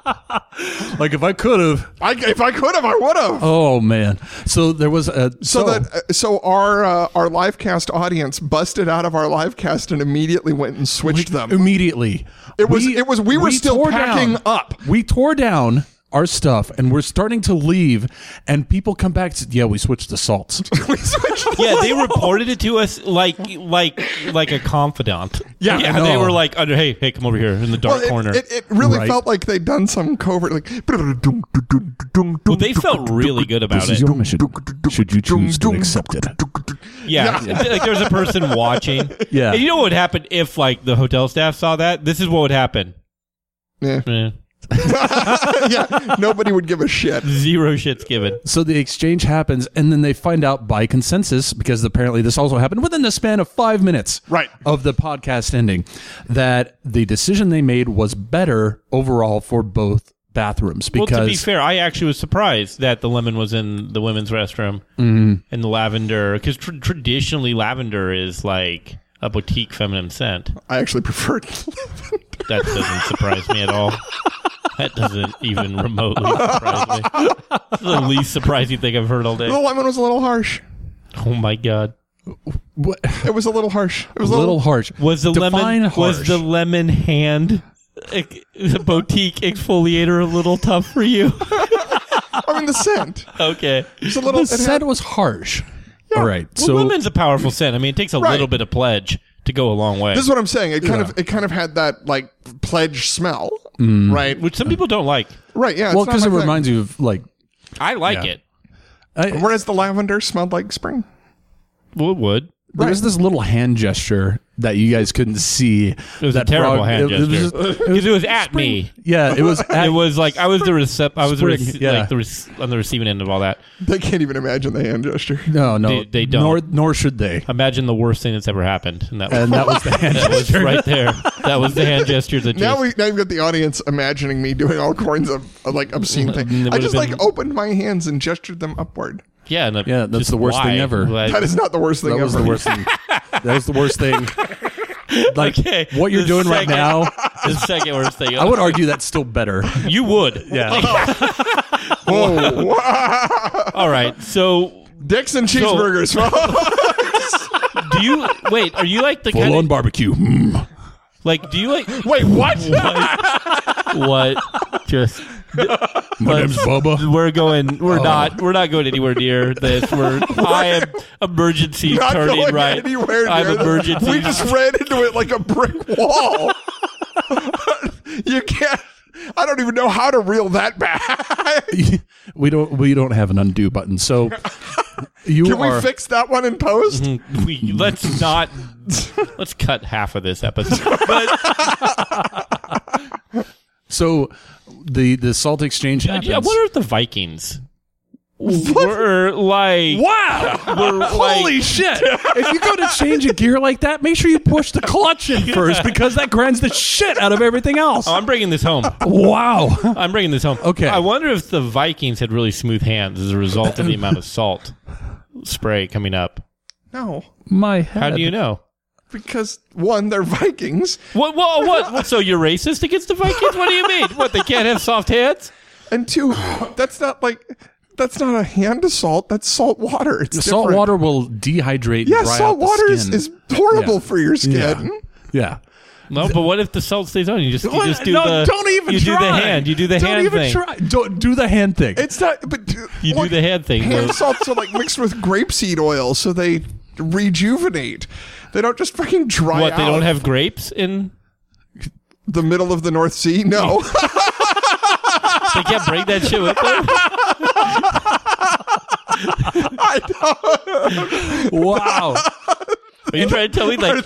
[SPEAKER 5] like if I could have.
[SPEAKER 3] I, if I could have, I would have.
[SPEAKER 5] Oh man. So there was a
[SPEAKER 3] so that uh, so our uh, our live cast audience busted out of our live cast and immediately went and switched them.
[SPEAKER 5] immediately.
[SPEAKER 3] It was- it was- we were still
[SPEAKER 5] tore
[SPEAKER 3] packing up.
[SPEAKER 5] We tore down our stuff and we're starting to leave and people come back to yeah we switched to salt
[SPEAKER 3] we switched.
[SPEAKER 4] Yeah, they reported it to us like like like a confidant.
[SPEAKER 5] Yeah, I
[SPEAKER 4] yeah
[SPEAKER 5] know.
[SPEAKER 4] they were like, under, hey, hey, come over here in the dark
[SPEAKER 3] Well, it-
[SPEAKER 4] corner.
[SPEAKER 3] It, it really
[SPEAKER 5] Right.
[SPEAKER 3] felt like they'd done some covert like.
[SPEAKER 4] well, they felt really good about it.
[SPEAKER 5] mission should you choose to accept it
[SPEAKER 4] Yeah, like there's a person watching.
[SPEAKER 5] Yeah.
[SPEAKER 4] and you know what would happen if like the hotel staff saw that? This is what would happen.
[SPEAKER 3] Yeah.
[SPEAKER 4] Eh,
[SPEAKER 3] yeah, nobody would give a shit.
[SPEAKER 4] zero shits given.
[SPEAKER 5] so the exchange happens and then they find out by consensus because apparently this also happened within the span of five minutes
[SPEAKER 3] Right.
[SPEAKER 5] of the podcast ending that the decision they made was better overall for both bathrooms
[SPEAKER 4] Well,
[SPEAKER 5] because
[SPEAKER 4] to be fair, I actually was surprised that the lemon was in the women's restroom
[SPEAKER 5] Mm-hmm.
[SPEAKER 4] and the lavender, because tr- traditionally lavender is like a boutique feminine scent.
[SPEAKER 3] I actually preferred.
[SPEAKER 4] That doesn't surprise me at all. That doesn't even remotely surprise me. It's the least surprising thing I've heard all
[SPEAKER 3] the
[SPEAKER 4] day.
[SPEAKER 3] lemon was a little harsh.
[SPEAKER 4] Oh my god.
[SPEAKER 5] What-
[SPEAKER 3] It was a little harsh. It was
[SPEAKER 5] a little harsh
[SPEAKER 4] Was the
[SPEAKER 5] Define
[SPEAKER 4] lemon was
[SPEAKER 5] harsh.
[SPEAKER 4] the lemon hand ex- the boutique exfoliator a little tough for you?
[SPEAKER 3] I mean, the scent.
[SPEAKER 4] Okay.
[SPEAKER 3] It's a little.
[SPEAKER 5] the
[SPEAKER 3] it had-
[SPEAKER 5] set was harsh all right
[SPEAKER 4] Well,
[SPEAKER 5] so
[SPEAKER 4] lemon's a powerful scent. I mean, it takes a
[SPEAKER 3] Right.
[SPEAKER 4] little bit of pledge to go a long way,
[SPEAKER 3] This is what I'm saying. It kind of it kind of had that like pledge smell, right?
[SPEAKER 4] which some people don't like.
[SPEAKER 3] Right. Yeah.
[SPEAKER 5] well
[SPEAKER 3] it's not
[SPEAKER 5] because
[SPEAKER 3] my
[SPEAKER 5] it
[SPEAKER 3] thing.
[SPEAKER 5] reminds you of like
[SPEAKER 4] I like
[SPEAKER 5] Yeah.
[SPEAKER 4] it.
[SPEAKER 5] I,
[SPEAKER 3] Whereas the lavender smelled like spring.
[SPEAKER 4] Well, it would.
[SPEAKER 5] there was this little hand gesture that you guys couldn't see it
[SPEAKER 4] was a
[SPEAKER 5] that
[SPEAKER 4] terrible
[SPEAKER 5] brought-
[SPEAKER 4] hand
[SPEAKER 5] it- it was
[SPEAKER 4] gesture.
[SPEAKER 5] just-
[SPEAKER 4] Because it was at me.
[SPEAKER 5] yeah it was at,
[SPEAKER 4] It was like I was the recep- I was the
[SPEAKER 5] Spring,
[SPEAKER 4] rec-
[SPEAKER 5] yeah.
[SPEAKER 4] like the rec- on the receiving end of all that.
[SPEAKER 3] They can't even imagine the hand gesture.
[SPEAKER 5] no no
[SPEAKER 4] They- they don't.
[SPEAKER 5] nor, nor should they
[SPEAKER 4] Imagine the worst thing that's ever happened, and that was,
[SPEAKER 5] and that was the hand
[SPEAKER 4] that was
[SPEAKER 5] gesture
[SPEAKER 4] right there. That was the hand gesture that
[SPEAKER 3] Now
[SPEAKER 4] just,
[SPEAKER 3] we now you've got the audience imagining me doing all kinds of uh, like obscene things.
[SPEAKER 4] it
[SPEAKER 3] I
[SPEAKER 4] would've
[SPEAKER 3] just like
[SPEAKER 4] been-
[SPEAKER 3] opened my hands and gestured them upward.
[SPEAKER 4] yeah, and
[SPEAKER 5] Yeah, that's
[SPEAKER 4] just
[SPEAKER 5] the worst thing
[SPEAKER 4] why?
[SPEAKER 5] ever.
[SPEAKER 4] Like-
[SPEAKER 3] That is not the worst thing
[SPEAKER 5] that
[SPEAKER 3] ever.
[SPEAKER 5] was the worst thing that was the worst thing like
[SPEAKER 4] Okay,
[SPEAKER 5] what you're
[SPEAKER 4] the
[SPEAKER 5] doing right
[SPEAKER 4] second-
[SPEAKER 5] now
[SPEAKER 4] the second worst thing.
[SPEAKER 5] i would argue that's still better
[SPEAKER 4] you would.
[SPEAKER 5] yeah
[SPEAKER 3] Whoa. Oh, Wow.
[SPEAKER 4] All right. So
[SPEAKER 3] Dicks and cheeseburgers.
[SPEAKER 4] do you wait? Are you like the
[SPEAKER 5] full
[SPEAKER 4] kind
[SPEAKER 5] on
[SPEAKER 4] of
[SPEAKER 5] barbecue Mm.
[SPEAKER 4] like? Do you like
[SPEAKER 3] Wait, what?
[SPEAKER 4] what? Just
[SPEAKER 5] my name's bubba
[SPEAKER 4] we're going. We're not. We're not going anywhere near this. We're. I am emergency
[SPEAKER 3] Not
[SPEAKER 4] turning
[SPEAKER 3] going
[SPEAKER 4] right.
[SPEAKER 3] anywhere.
[SPEAKER 4] I'm
[SPEAKER 3] near that.
[SPEAKER 4] emergency.
[SPEAKER 3] We just ran into it like a brick wall. you can't. I don't even know how to reel that back.
[SPEAKER 5] we don't we don't have an undo button so you
[SPEAKER 3] Can
[SPEAKER 5] are
[SPEAKER 3] we fix that one in post?
[SPEAKER 4] we let's not let's cut half of this episode. But
[SPEAKER 5] So the the salt exchange happens.
[SPEAKER 4] yeah, what are the Vikings? we're like
[SPEAKER 5] Wow!
[SPEAKER 4] Holy
[SPEAKER 5] Holy shit! if you go to change a gear like that, make sure you push the clutch in first because that grinds the shit out of everything else.
[SPEAKER 4] I'm bringing this home.
[SPEAKER 5] wow.
[SPEAKER 4] I'm bringing this home.
[SPEAKER 5] Okay.
[SPEAKER 4] I wonder if the Vikings had really smooth hands as a result of the amount of salt spray coming up.
[SPEAKER 3] No,
[SPEAKER 5] My head.
[SPEAKER 4] How do you know?
[SPEAKER 3] because one, they're Vikings,
[SPEAKER 4] What? What? What? what so you're racist against the Vikings? What do you mean? What? They can't have soft hands?
[SPEAKER 3] and two, that's not like that's not a hand assault. That's salt water. It's
[SPEAKER 5] Salt
[SPEAKER 3] different.
[SPEAKER 5] water will dehydrate.
[SPEAKER 3] Yeah,
[SPEAKER 5] and dry
[SPEAKER 3] salt
[SPEAKER 5] out the
[SPEAKER 3] water is,
[SPEAKER 5] skin.
[SPEAKER 3] is horrible
[SPEAKER 5] Yeah.
[SPEAKER 3] for your
[SPEAKER 5] yeah.
[SPEAKER 3] skin.
[SPEAKER 5] yeah.
[SPEAKER 4] No, but what if the salt stays on? You just you
[SPEAKER 5] What?
[SPEAKER 4] just do
[SPEAKER 5] no,
[SPEAKER 4] the
[SPEAKER 5] don't even
[SPEAKER 4] you
[SPEAKER 5] try.
[SPEAKER 4] do the hand you do the
[SPEAKER 5] don't
[SPEAKER 4] hand
[SPEAKER 5] even
[SPEAKER 4] thing
[SPEAKER 5] Try. Don't do the hand thing.
[SPEAKER 3] It's not, but
[SPEAKER 4] you do the hand thing
[SPEAKER 3] hand
[SPEAKER 4] where-
[SPEAKER 3] salts are like mixed with grapeseed oil, so they rejuvenate. They don't just freaking dry
[SPEAKER 4] what they
[SPEAKER 3] out
[SPEAKER 4] don't have grapes in
[SPEAKER 3] the middle of the North Sea. No,
[SPEAKER 4] they can't break that shit with them
[SPEAKER 5] wow.
[SPEAKER 4] are you trying to tell me like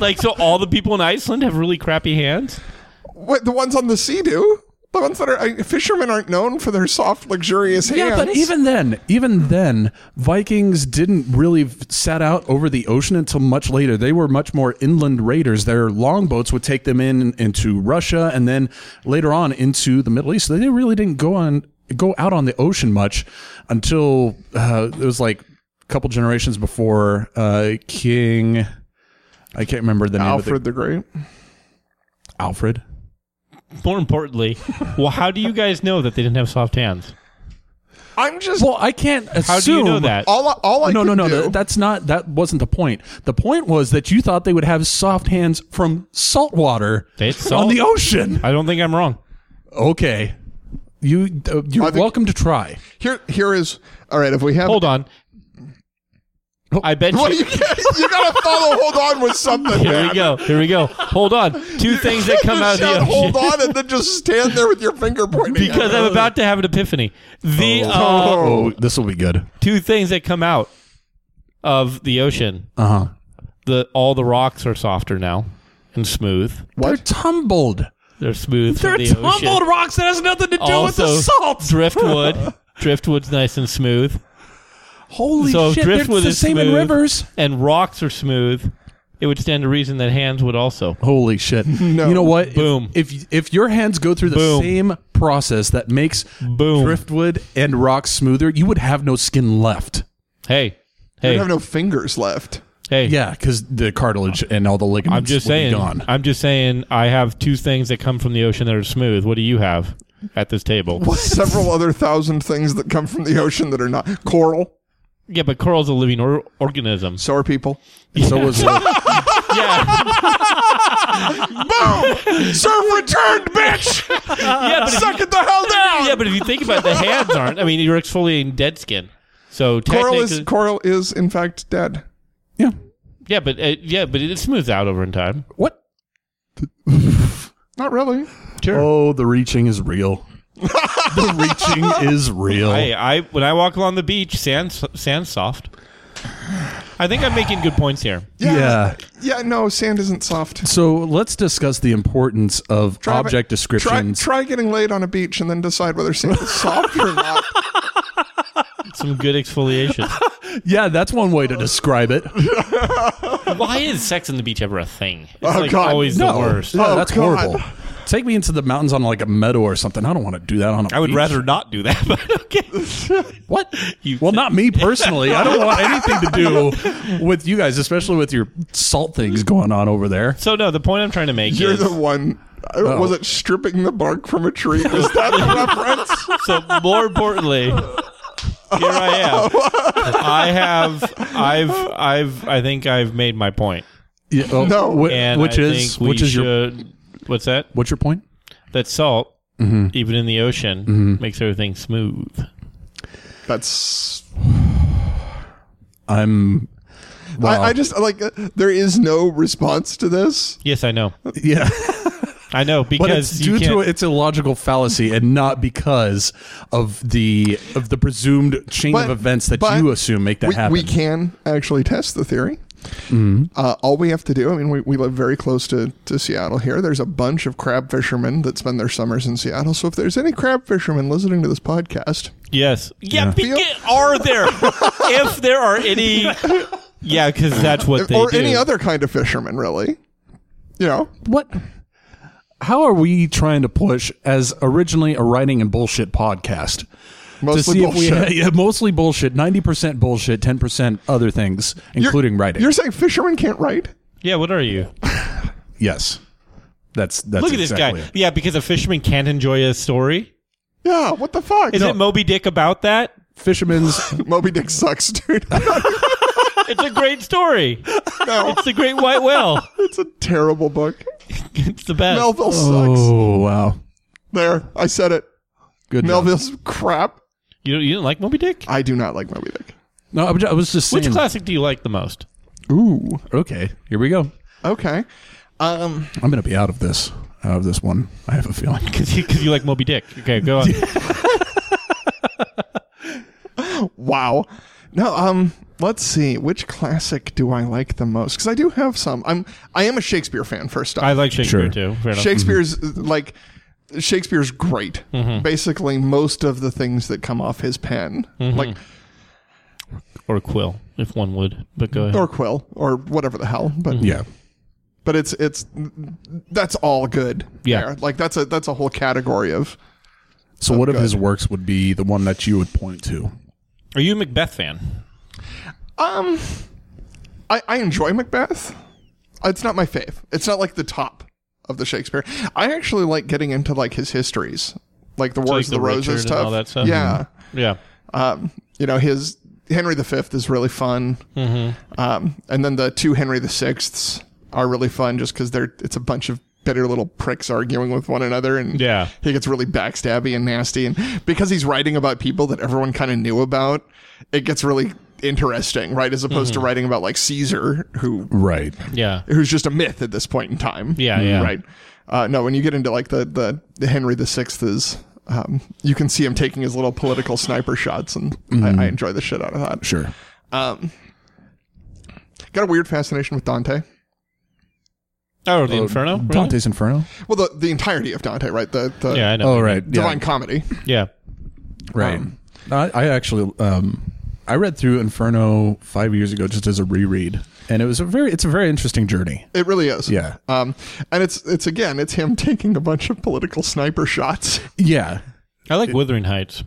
[SPEAKER 4] like so all the people in Iceland have really crappy hands
[SPEAKER 3] what the ones on the sea do. The ones that are I, fishermen aren't known for their soft, luxurious hands.
[SPEAKER 5] Yeah, but even then, even then, Vikings didn't really f- set out over the ocean until much later. They were much more inland raiders. Their longboats would take them in into Russia and then later on into the Middle East. They really didn't go on go out on the ocean much until uh, it was like a couple generations before uh, King. I can't remember the name
[SPEAKER 3] Alfred
[SPEAKER 5] of
[SPEAKER 3] the, Great.
[SPEAKER 5] the Alfred.
[SPEAKER 4] more importantly well how do you guys know that they didn't have soft hands
[SPEAKER 3] I'm just
[SPEAKER 5] Well, I can't assume.
[SPEAKER 4] how do you know that
[SPEAKER 3] all. I- All I
[SPEAKER 5] no,
[SPEAKER 3] can
[SPEAKER 5] no, no,
[SPEAKER 3] do-
[SPEAKER 5] th- that's not. That wasn't the point. The point was that you thought they would have soft hands from salt water
[SPEAKER 4] It's
[SPEAKER 5] on
[SPEAKER 4] salt.
[SPEAKER 5] the ocean.
[SPEAKER 4] I don't think I'm wrong
[SPEAKER 5] Okay, you uh, you're
[SPEAKER 3] I think-
[SPEAKER 5] welcome to try.
[SPEAKER 3] here, here is all right. If we have,
[SPEAKER 4] hold on I bet
[SPEAKER 3] What do
[SPEAKER 4] you
[SPEAKER 3] you? you gotta follow. Hold on with something.
[SPEAKER 4] here
[SPEAKER 3] man.
[SPEAKER 4] we go here we go hold on two things that come out of the
[SPEAKER 3] Shout,
[SPEAKER 4] ocean
[SPEAKER 3] Hold on, and then just stand there with your finger pointing. at
[SPEAKER 4] because
[SPEAKER 3] it.
[SPEAKER 4] I'm about to have an epiphany the uh,
[SPEAKER 5] Oh, this will be good.
[SPEAKER 4] two things that come out of the ocean.
[SPEAKER 5] Uh huh.
[SPEAKER 4] The all the rocks are softer now and smooth.
[SPEAKER 5] They're tumbled.
[SPEAKER 4] They're smooth
[SPEAKER 5] They're
[SPEAKER 4] from the
[SPEAKER 5] tumbled
[SPEAKER 4] ocean.
[SPEAKER 5] rocks that has nothing to do
[SPEAKER 4] also,
[SPEAKER 5] with the salt.
[SPEAKER 4] driftwood. Driftwood's nice and smooth,
[SPEAKER 5] Holy
[SPEAKER 4] So
[SPEAKER 5] shit!
[SPEAKER 4] driftwood
[SPEAKER 5] They're the
[SPEAKER 4] is
[SPEAKER 5] same in
[SPEAKER 4] smooth.
[SPEAKER 5] rivers.
[SPEAKER 4] and rocks are smooth. It would stand to reason that hands would also.
[SPEAKER 5] Holy shit! No. You know what? If-
[SPEAKER 4] Boom.
[SPEAKER 5] If if, your hands go through the
[SPEAKER 4] Boom.
[SPEAKER 5] same process that makes
[SPEAKER 4] Boom.
[SPEAKER 5] driftwood and rocks smoother, you would have no skin left.
[SPEAKER 4] Hey,
[SPEAKER 3] I
[SPEAKER 4] hey,
[SPEAKER 3] have no fingers left.
[SPEAKER 4] hey.
[SPEAKER 5] Yeah, because the cartilage and all the ligaments
[SPEAKER 4] I'm just
[SPEAKER 5] would
[SPEAKER 4] saying.
[SPEAKER 5] be gone.
[SPEAKER 4] I'm just saying. I have two things that come from the ocean that are smooth. What do you have at this table?
[SPEAKER 3] Several other thousand things that come from the ocean that are not coral.
[SPEAKER 4] Yeah, but coral's a living or- organism.
[SPEAKER 3] So are people.
[SPEAKER 5] So was uh,
[SPEAKER 4] Yeah,
[SPEAKER 3] Surf returned, bitch.
[SPEAKER 4] yeah, but if
[SPEAKER 3] Suck it the hell down.
[SPEAKER 4] Yeah, but if you think about it, the hands aren't. I mean, you're exfoliating dead skin. So
[SPEAKER 3] coral
[SPEAKER 4] technically,
[SPEAKER 3] is coral is in fact dead.
[SPEAKER 5] yeah.
[SPEAKER 4] yeah, but uh, yeah, but it smooths out over in time.
[SPEAKER 5] What?
[SPEAKER 3] Not really.
[SPEAKER 5] Oh, the reaching is real. the reaching is real.
[SPEAKER 4] Hey, I when I walk along the beach, sand sand soft. I think I'm making good points here.
[SPEAKER 5] Yeah.
[SPEAKER 3] Yeah. No, sand isn't soft.
[SPEAKER 5] So let's discuss the importance of
[SPEAKER 3] Try-
[SPEAKER 5] object descriptions.
[SPEAKER 3] Try, try getting laid on a beach and then decide whether sand is soft or not.
[SPEAKER 4] Some good exfoliation.
[SPEAKER 5] yeah, that's one way to describe it.
[SPEAKER 4] Why is sex on the beach ever a thing? It's
[SPEAKER 3] Oh,
[SPEAKER 4] like
[SPEAKER 3] God,
[SPEAKER 4] always
[SPEAKER 5] no,
[SPEAKER 4] the worst.
[SPEAKER 5] Yeah,
[SPEAKER 3] Oh,
[SPEAKER 5] that's
[SPEAKER 3] God.
[SPEAKER 5] horrible. Take me into the mountains on like a meadow or something. I don't want to do that on a
[SPEAKER 4] I would
[SPEAKER 5] beach.
[SPEAKER 4] rather not do that, but okay.
[SPEAKER 5] What?
[SPEAKER 4] You-
[SPEAKER 5] well, not me personally. I don't want anything to do with you guys, especially with your salt things going on over there.
[SPEAKER 4] So no, the point I'm trying to make
[SPEAKER 3] You're
[SPEAKER 4] is
[SPEAKER 3] the one. uh, Was it stripping the bark from a tree? Is that the reference?
[SPEAKER 4] So more importantly, here I am. I have, I've, I've, I think I've made my point.
[SPEAKER 5] Yeah, oh,
[SPEAKER 3] No.
[SPEAKER 5] whi-
[SPEAKER 4] And
[SPEAKER 5] which
[SPEAKER 4] I
[SPEAKER 5] is
[SPEAKER 4] think we
[SPEAKER 5] which is your
[SPEAKER 4] should, what's that?
[SPEAKER 5] what's your point?
[SPEAKER 4] That salt,
[SPEAKER 5] Mm-hmm.
[SPEAKER 4] even in the ocean, makes everything smooth.
[SPEAKER 3] That's
[SPEAKER 5] I'm
[SPEAKER 3] I, I just like uh, there is no response to this.
[SPEAKER 4] Yes, I know.
[SPEAKER 5] yeah,
[SPEAKER 4] I know
[SPEAKER 5] but
[SPEAKER 4] because
[SPEAKER 5] it's due
[SPEAKER 4] you
[SPEAKER 5] to
[SPEAKER 4] can't-
[SPEAKER 5] its illogical fallacy and not because of the of the presumed chain of
[SPEAKER 3] But-
[SPEAKER 5] events that
[SPEAKER 3] but
[SPEAKER 5] you assume make that
[SPEAKER 3] we,
[SPEAKER 5] happen.
[SPEAKER 3] we can actually test the theory. Uh, all we have to do, I mean, we, we live very close to, to Seattle here. There's a bunch of crab fishermen that spend their summers in Seattle. So if there's any crab fishermen listening to this podcast,
[SPEAKER 4] Yes. Yeah. beca- Are there? if there are any. Yeah, because that's what they
[SPEAKER 3] or
[SPEAKER 4] do.
[SPEAKER 3] any other kind of fisherman, really, you know,
[SPEAKER 5] What? How are we trying to push as originally a writing and bullshit podcast?
[SPEAKER 3] mostly
[SPEAKER 5] to see
[SPEAKER 3] bullshit.
[SPEAKER 5] if we yeah, mostly bullshit, ninety percent bullshit, ten percent other things, including writing.
[SPEAKER 3] You're saying fishermen can't write?
[SPEAKER 4] Yeah. What are you?
[SPEAKER 5] yes, that's that's
[SPEAKER 4] Look at this guy.
[SPEAKER 5] exactly it.
[SPEAKER 4] Yeah, because a fisherman can't enjoy a story.
[SPEAKER 3] Yeah, what the fuck?
[SPEAKER 4] Is it Moby Dick about that?
[SPEAKER 5] Fisherman's
[SPEAKER 3] Moby Dick sucks, dude.
[SPEAKER 4] It's a great story.
[SPEAKER 3] no,
[SPEAKER 4] It's a great white whale.
[SPEAKER 3] it's a terrible book.
[SPEAKER 4] It's the best.
[SPEAKER 3] Melville sucks.
[SPEAKER 5] Oh wow,
[SPEAKER 3] There, I said it.
[SPEAKER 5] good. job.
[SPEAKER 3] Melville's crap.
[SPEAKER 4] You, you didn't like Moby Dick?
[SPEAKER 3] I do not like Moby Dick.
[SPEAKER 5] No, I was- I was just saying.
[SPEAKER 4] Which classic do you like the most?
[SPEAKER 3] Ooh.
[SPEAKER 5] Okay, here we go.
[SPEAKER 3] Okay. Um,
[SPEAKER 5] I'm gonna be out of this. Out of this one, I have a feeling.
[SPEAKER 4] Because you, 'cause you like Moby Dick. Okay, go on.
[SPEAKER 3] wow. No, um, let's see. Which classic do I like the most? Because I do have some. I'm I am a Shakespeare fan, first off.
[SPEAKER 4] I like Shakespeare
[SPEAKER 5] Sure.
[SPEAKER 4] too. Fair enough.
[SPEAKER 3] Shakespeare's like Shakespeare's great. Basically, most of the things that come off his pen, like
[SPEAKER 4] or Quill, if one would. But go ahead.
[SPEAKER 3] or quill or whatever the hell, but
[SPEAKER 5] Yeah,
[SPEAKER 3] but it's it's that's all good.
[SPEAKER 4] Yeah.
[SPEAKER 3] there. like that's a that's a whole category of.
[SPEAKER 5] So, what of
[SPEAKER 3] good.
[SPEAKER 5] his works would be the one that you would point to?
[SPEAKER 4] Are you a Macbeth fan?
[SPEAKER 3] Um, I I enjoy Macbeth. It's not my fave. It's not like the top of the Shakespeare. I actually like getting into like his histories, like the Wars
[SPEAKER 4] like
[SPEAKER 3] of the,
[SPEAKER 4] the
[SPEAKER 3] Roses
[SPEAKER 4] Richard and
[SPEAKER 3] stuff.
[SPEAKER 4] all that stuff? Mm-hmm.
[SPEAKER 3] Yeah.
[SPEAKER 4] Yeah.
[SPEAKER 3] Um, you know his Henry V is really fun. Um, and then the two Henry the Sixths are really fun just because they're it's a bunch of bitter little pricks arguing with one another and
[SPEAKER 4] Yeah.
[SPEAKER 3] he gets really backstabby and nasty and because he's writing about people that everyone kind of knew about it gets really interesting right as opposed to writing about like caesar who
[SPEAKER 5] Right.
[SPEAKER 4] Yeah.
[SPEAKER 3] who's just a myth at this point in time
[SPEAKER 4] Yeah, yeah.
[SPEAKER 5] Mm.
[SPEAKER 3] right uh, no when you get into like the the, the henry the sixth is um, you can see him taking his little political sniper shots and I, I enjoy the shit out of that Um,
[SPEAKER 5] Sure.
[SPEAKER 3] got a weird fascination with dante
[SPEAKER 4] Oh, the Inferno? Really?
[SPEAKER 5] Dante's Inferno.
[SPEAKER 3] well the, the entirety of dante right the, the
[SPEAKER 4] Yeah, I know.
[SPEAKER 5] Oh, right. Yeah.
[SPEAKER 3] divine comedy
[SPEAKER 4] Yeah.
[SPEAKER 5] Right. Um, No, I, I actually um, I read through Inferno five years ago just as a reread, and it was a very it's a very interesting journey.
[SPEAKER 3] It really is.
[SPEAKER 5] Yeah.
[SPEAKER 3] Um, and it's it's again, it's him taking a bunch of political sniper shots.
[SPEAKER 5] Yeah.
[SPEAKER 4] I like Wuthering Heights.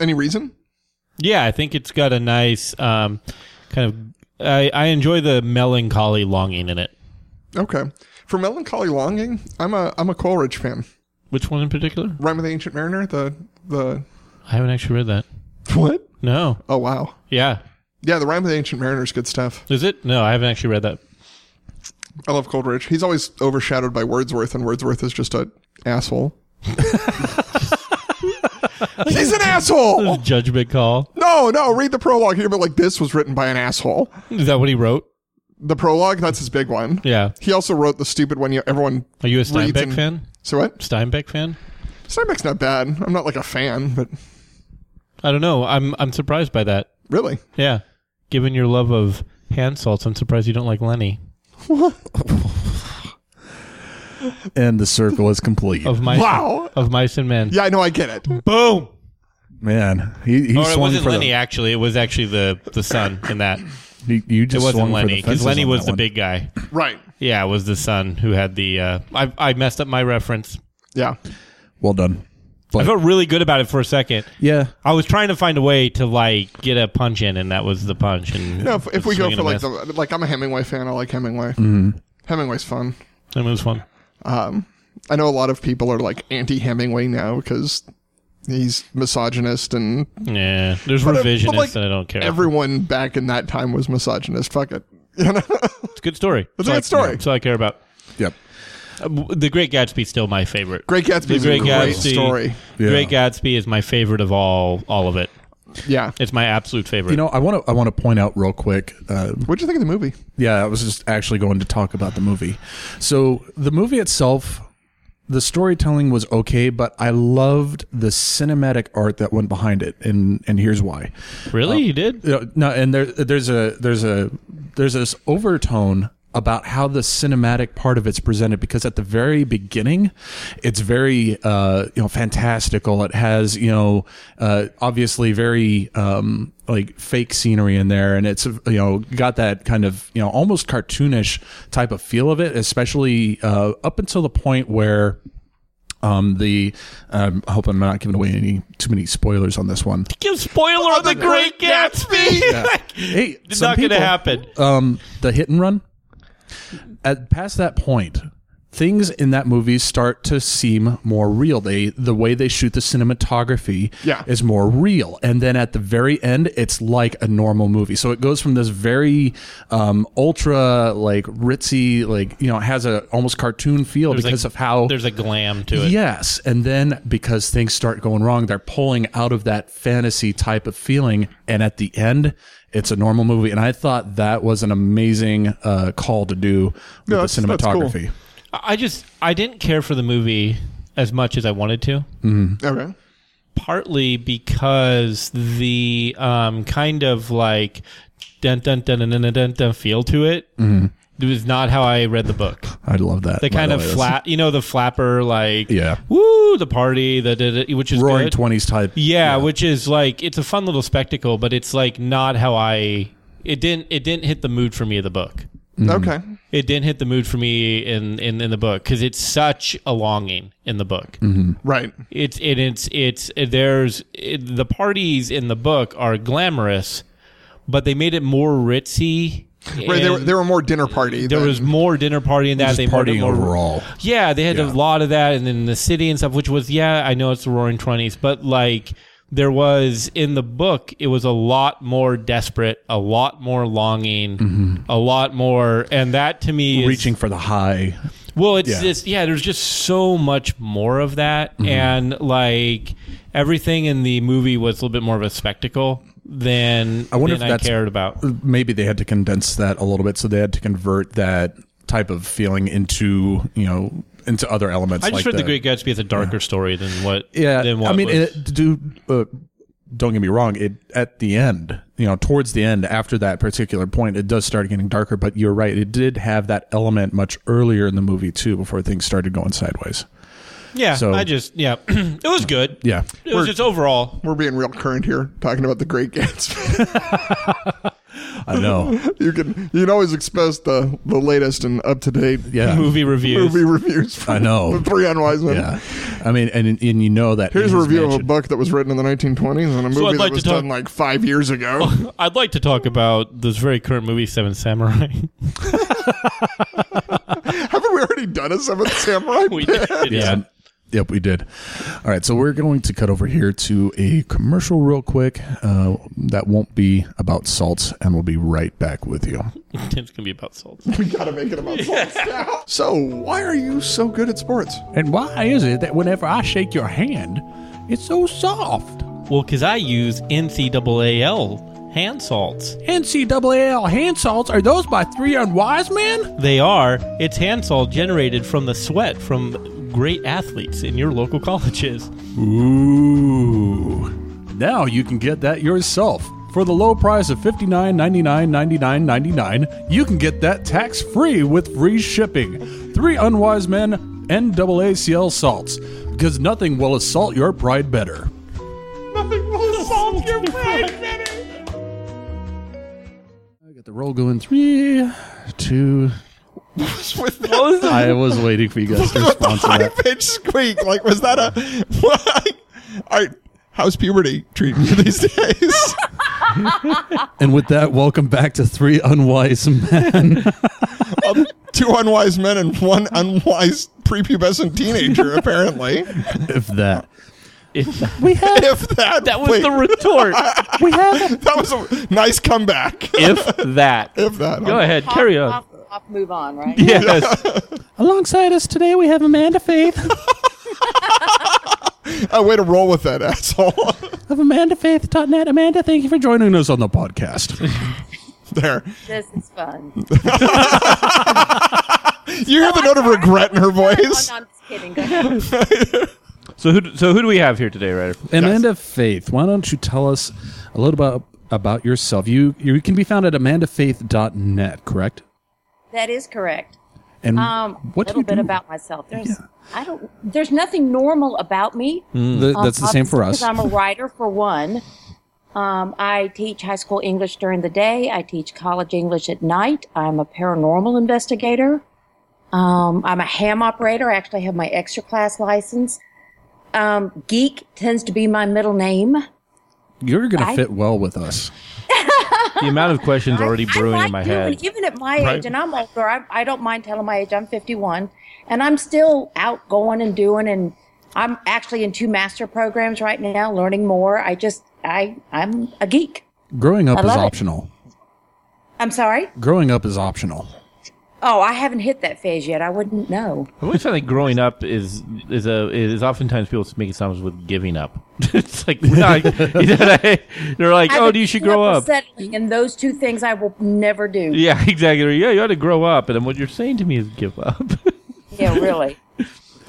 [SPEAKER 3] Any reason?
[SPEAKER 4] Yeah, I think it's got a nice um, kind of. I, I enjoy the melancholy longing in it.
[SPEAKER 3] Okay. For melancholy longing, I'm a I'm a Coleridge fan.
[SPEAKER 4] Which one in particular?
[SPEAKER 3] Rhyme of the Ancient Mariner. The the
[SPEAKER 4] I haven't actually read that.
[SPEAKER 3] what?
[SPEAKER 4] No.
[SPEAKER 3] Oh wow.
[SPEAKER 4] Yeah.
[SPEAKER 3] Yeah, the Rhyme of the Ancient Mariner is good stuff.
[SPEAKER 4] Is it? No, I haven't actually read that.
[SPEAKER 3] I love Coleridge. He's always overshadowed by Wordsworth, and Wordsworth is just a asshole. He's an
[SPEAKER 5] Oh.
[SPEAKER 3] asshole.
[SPEAKER 4] Judgment Call.
[SPEAKER 3] No, no. Read the prologue here, but like this was written by an asshole.
[SPEAKER 4] Is that what he wrote?
[SPEAKER 3] The prologue, that's his big one.
[SPEAKER 4] Yeah.
[SPEAKER 3] He also wrote the stupid one. You everyone.
[SPEAKER 4] Are you a
[SPEAKER 3] reads
[SPEAKER 4] Steinbeck
[SPEAKER 3] and-
[SPEAKER 4] fan?
[SPEAKER 3] So what?
[SPEAKER 4] Steinbeck fan?
[SPEAKER 3] Steinbeck's not bad. I'm not like a fan, but
[SPEAKER 4] I don't know. I'm I'm surprised by that.
[SPEAKER 3] really,
[SPEAKER 4] Yeah. Given your love of hand salts, I'm surprised you don't like Lenny.
[SPEAKER 5] And the circle is complete.
[SPEAKER 4] Of mice
[SPEAKER 3] wow.
[SPEAKER 4] of mice and men.
[SPEAKER 3] Yeah, I know. I get it.
[SPEAKER 4] Boom.
[SPEAKER 5] Man, he, he
[SPEAKER 4] Or Oh, it
[SPEAKER 5] swung
[SPEAKER 4] wasn't
[SPEAKER 5] for
[SPEAKER 4] Lenny
[SPEAKER 5] the,
[SPEAKER 4] actually. It was actually the the son in that.
[SPEAKER 5] you, you
[SPEAKER 4] It
[SPEAKER 5] just swung
[SPEAKER 4] wasn't
[SPEAKER 5] for
[SPEAKER 4] Lenny
[SPEAKER 5] the
[SPEAKER 4] because
[SPEAKER 5] fences
[SPEAKER 4] Lenny
[SPEAKER 5] on
[SPEAKER 4] was
[SPEAKER 5] that
[SPEAKER 4] the
[SPEAKER 5] one.
[SPEAKER 4] big guy.
[SPEAKER 3] Right.
[SPEAKER 4] Yeah, it was the son who had the. Uh, I I messed up my reference.
[SPEAKER 3] Yeah.
[SPEAKER 5] Well done.
[SPEAKER 4] I felt really good about it for a second.
[SPEAKER 5] Yeah.
[SPEAKER 4] I was trying to find a way to like get a punch in, and that was the punch. And
[SPEAKER 3] No, if, if we go
[SPEAKER 4] swing and
[SPEAKER 3] for
[SPEAKER 4] a
[SPEAKER 3] like
[SPEAKER 4] miss.
[SPEAKER 3] the like, I'm a Hemingway fan. I like Hemingway. Hemingway's fun.
[SPEAKER 4] And it was fun.
[SPEAKER 3] Um, I know a lot of people are like anti-Hemingway now because he's misogynist, and
[SPEAKER 4] Yeah, there's
[SPEAKER 3] But, uh, but,
[SPEAKER 4] revisionists,
[SPEAKER 3] like,
[SPEAKER 4] and I don't care.
[SPEAKER 3] everyone back in that time was misogynist. Fuck it. You know?
[SPEAKER 4] it's a good story.
[SPEAKER 3] It's a good story.
[SPEAKER 4] So I care about.
[SPEAKER 5] Yep.
[SPEAKER 4] Uh, w- the Great Gatsby's still my favorite.
[SPEAKER 3] Great Gatsby is a
[SPEAKER 4] Great
[SPEAKER 3] great
[SPEAKER 4] Gatsby.
[SPEAKER 3] story.
[SPEAKER 5] Yeah.
[SPEAKER 4] Great Gatsby is my favorite of all all of it.
[SPEAKER 3] Yeah.
[SPEAKER 4] It's my absolute favorite.
[SPEAKER 5] You know, I want to I want to point out real quick. Uh,
[SPEAKER 3] What'd you think of the movie?
[SPEAKER 5] yeah, I was just actually going to talk about the movie. So the movie itself, the storytelling was okay, but I loved the cinematic art that went behind it, and and here's why.
[SPEAKER 3] uh,
[SPEAKER 4] really, you did?
[SPEAKER 5] You know, no, and there there's a there's a there's this overtone about how the cinematic part of it's presented because at the very beginning it's very uh you know fantastical it has you know uh obviously very um like fake scenery in there and it's you know got that kind of you know almost cartoonish type of feel of it especially uh up until the point where um the um, I hope I'm not giving away any too many spoilers on this one
[SPEAKER 4] Give spoiler
[SPEAKER 3] Oh,
[SPEAKER 4] on the Great Gatsby. Like,
[SPEAKER 5] hey,
[SPEAKER 4] it's
[SPEAKER 5] some
[SPEAKER 4] not going to
[SPEAKER 5] people-
[SPEAKER 4] happen.
[SPEAKER 5] um, the hit and run. At past that point, things in that movie start to seem more real. They the way they shoot the cinematography
[SPEAKER 3] Yeah.
[SPEAKER 5] is more real, and then at the very end, it's like a normal movie. So it goes from this very um, ultra like ritzy, like you know, it has a almost cartoon feel
[SPEAKER 4] There's
[SPEAKER 5] because
[SPEAKER 4] a-
[SPEAKER 5] of how
[SPEAKER 4] There's a glam to it.
[SPEAKER 5] Yes, and then because things start going wrong, they're pulling out of that fantasy type of feeling, and at the end, it's a normal movie. And I thought that was an amazing uh, call to do with
[SPEAKER 3] No,
[SPEAKER 5] the
[SPEAKER 3] that's- that's cool.
[SPEAKER 5] cinematography.
[SPEAKER 4] I just I didn't care for the movie as much as I wanted to,
[SPEAKER 5] Mm-hmm.
[SPEAKER 3] Okay.
[SPEAKER 4] partly because the um, kind of like dun dun dun dun dun dun, dun, dun feel to it. It
[SPEAKER 3] Mm-hmm.
[SPEAKER 4] was not how I read the book.
[SPEAKER 5] I love that.
[SPEAKER 4] The
[SPEAKER 5] by
[SPEAKER 4] kind of
[SPEAKER 5] way. That's
[SPEAKER 4] flat, you know, the flapper like
[SPEAKER 5] Yeah.
[SPEAKER 4] woo, the party, the, the, the- which is
[SPEAKER 5] roaring
[SPEAKER 4] good.
[SPEAKER 5] twenties type.
[SPEAKER 4] Yeah, which is like it's a fun little spectacle, but it's like not how I it didn't it didn't hit the mood for me of the book.
[SPEAKER 3] Okay.
[SPEAKER 4] It didn't hit the mood for me in in, in the book because it's such a longing in the book.
[SPEAKER 3] Right.
[SPEAKER 4] It's it, it's it's there's it, the parties in the book are glamorous, but they made it more ritzy.
[SPEAKER 3] Right. There were,
[SPEAKER 4] and
[SPEAKER 3] there were more dinner party.
[SPEAKER 4] there
[SPEAKER 3] than-
[SPEAKER 4] was more dinner party in that.
[SPEAKER 5] Just
[SPEAKER 4] They made it
[SPEAKER 5] partying
[SPEAKER 4] more
[SPEAKER 5] overall.
[SPEAKER 4] yeah, they had a
[SPEAKER 5] Yeah.
[SPEAKER 4] lot of that, and then the city and stuff, which was yeah, I know it's the Roaring Twenties, but like there was in the book, it was a lot more desperate, a lot more longing, a lot more, and that to me is,
[SPEAKER 5] Reaching for the high.
[SPEAKER 4] Well, it's
[SPEAKER 5] yeah.
[SPEAKER 4] just yeah, Mm-hmm. there's just so much more of that, and like everything in the movie was a little bit more of a spectacle than I
[SPEAKER 5] wonder
[SPEAKER 4] than
[SPEAKER 5] if
[SPEAKER 4] I
[SPEAKER 5] that's-
[SPEAKER 4] cared about.
[SPEAKER 5] Maybe they had to condense that a little bit, so they had to convert that type of feeling into you know into other elements.
[SPEAKER 4] I just
[SPEAKER 5] like
[SPEAKER 4] read the, Great Gatsby as a darker story than what.
[SPEAKER 5] Yeah,
[SPEAKER 4] than what
[SPEAKER 5] I mean,
[SPEAKER 4] was-
[SPEAKER 5] it, do uh, don't get me wrong. It at the end, you know, towards the end, after that particular point, it does start getting darker. But you're right; it did have that element much earlier in the movie too, before things started going sideways.
[SPEAKER 4] yeah,
[SPEAKER 5] so-
[SPEAKER 4] I just yeah, it was good.
[SPEAKER 5] Yeah,
[SPEAKER 4] It was just overall.
[SPEAKER 3] We're being real current here, talking about the Great Gatsby.
[SPEAKER 5] I know.
[SPEAKER 3] you can you can always expect the the latest and up to date
[SPEAKER 5] Yeah,
[SPEAKER 4] Movie reviews.
[SPEAKER 3] movie reviews. From
[SPEAKER 5] I know.
[SPEAKER 3] the three unwise men.
[SPEAKER 5] Yeah, I mean, and and you know that
[SPEAKER 3] Here's
[SPEAKER 5] in
[SPEAKER 3] a
[SPEAKER 5] his
[SPEAKER 3] review of a
[SPEAKER 5] mansion-
[SPEAKER 3] book that was written in the 1920s and a movie
[SPEAKER 4] I'd like
[SPEAKER 3] that
[SPEAKER 4] to
[SPEAKER 3] was
[SPEAKER 4] talk-
[SPEAKER 3] done like five years ago.
[SPEAKER 4] I'd like to talk about this very current movie, Seven Samurai.
[SPEAKER 3] Haven't we already done a Seventh Samurai?
[SPEAKER 4] we
[SPEAKER 3] bit?
[SPEAKER 4] did.
[SPEAKER 5] Yeah. Yep, we did. All right, so we're going to cut over here to a commercial real quick. Uh, that won't be about salts, and we'll be right back with you.
[SPEAKER 4] It's going to be about salt.
[SPEAKER 3] We gotta make it about sports now. So why are you so good at sports?
[SPEAKER 5] And why is it that whenever I shake your hand, it's so soft?
[SPEAKER 4] Well, because I use NCAAL hand salts.
[SPEAKER 5] NCAA hand salts are those by three unwise men?
[SPEAKER 4] They are. It's hand salt generated from the sweat from great athletes in your local colleges.
[SPEAKER 5] Ooh. Now you can get that yourself. For the low price of $59.99, $99.99, you can get that tax free with free shipping. Three unwise men, NAACL salts, because nothing will assault your pride better. I got the roll going three, two.
[SPEAKER 3] With that
[SPEAKER 5] I was waiting for you guys to respond to
[SPEAKER 3] high
[SPEAKER 5] that.
[SPEAKER 3] pitched squeak, like was that a? What? All right, how's puberty treating you these days?
[SPEAKER 5] And with that, welcome back to Three Unwise Men.
[SPEAKER 3] Um, two unwise men and one unwise prepubescent teenager, apparently.
[SPEAKER 5] if that.
[SPEAKER 3] We had if that.
[SPEAKER 4] That was
[SPEAKER 3] wait,
[SPEAKER 4] the retort.
[SPEAKER 5] We have
[SPEAKER 3] that was a nice comeback.
[SPEAKER 4] if that.
[SPEAKER 3] if that.
[SPEAKER 4] Go ahead,
[SPEAKER 6] Hop,
[SPEAKER 4] carry on.
[SPEAKER 6] hop, hop, move on, right?
[SPEAKER 4] Yes.
[SPEAKER 5] Alongside us today, we have Amanda Faith
[SPEAKER 3] A way to roll with that asshole.
[SPEAKER 5] of AmandaFaith.net. Amanda, thank you for joining us on the podcast.
[SPEAKER 3] there.
[SPEAKER 6] This is fun. Oh,
[SPEAKER 3] You hear the note of regret in her voice.
[SPEAKER 6] No, I'm just kidding. Go ahead.
[SPEAKER 4] so who so who do we have here today, Ryder?
[SPEAKER 5] Amanda Faith, why don't you tell us a little about, about yourself. You you can be found at amandafaith.net, correct?
[SPEAKER 6] That is correct.
[SPEAKER 5] And
[SPEAKER 6] Um,
[SPEAKER 5] what
[SPEAKER 6] a little
[SPEAKER 5] do you
[SPEAKER 6] bit
[SPEAKER 5] do?
[SPEAKER 6] about myself. There's I don't. There's nothing normal about me.
[SPEAKER 5] The- that's the same for us.
[SPEAKER 6] Because Um, I'm a writer for one. Um, I teach high school English during the day. I teach college English at night. I'm a paranormal investigator. Um, I'm a ham operator. I actually have my extra class license. Um, geek tends to be my middle name.
[SPEAKER 5] You're going to
[SPEAKER 6] I-
[SPEAKER 5] fit well with us.
[SPEAKER 4] The amount of questions already brewing
[SPEAKER 6] I like
[SPEAKER 4] in my
[SPEAKER 6] doing-
[SPEAKER 4] head.
[SPEAKER 6] Even at my age, and I'm older, I, I don't mind telling my age. I'm 51, and I'm still out going and doing. And I'm actually in two master programs right now, learning more. I just, I, I'm a geek.
[SPEAKER 5] Growing up
[SPEAKER 6] I
[SPEAKER 5] is
[SPEAKER 6] love it.
[SPEAKER 5] optional.
[SPEAKER 6] I'm sorry.
[SPEAKER 5] Growing up is optional.
[SPEAKER 6] Oh, I haven't hit that phase yet. I wouldn't know.
[SPEAKER 4] I always find like growing up is is a is oftentimes people make it sound with giving up. it's like we're not, you know, they- they're like,
[SPEAKER 6] I've
[SPEAKER 4] oh,
[SPEAKER 6] been
[SPEAKER 4] you should
[SPEAKER 6] picking
[SPEAKER 4] grow
[SPEAKER 6] or
[SPEAKER 4] up.
[SPEAKER 6] settling, and those two things I will never do. Yeah,
[SPEAKER 4] Yeah, exactly. Or, Yeah, you ought to grow up. And then what you're saying to me is give up.
[SPEAKER 6] really.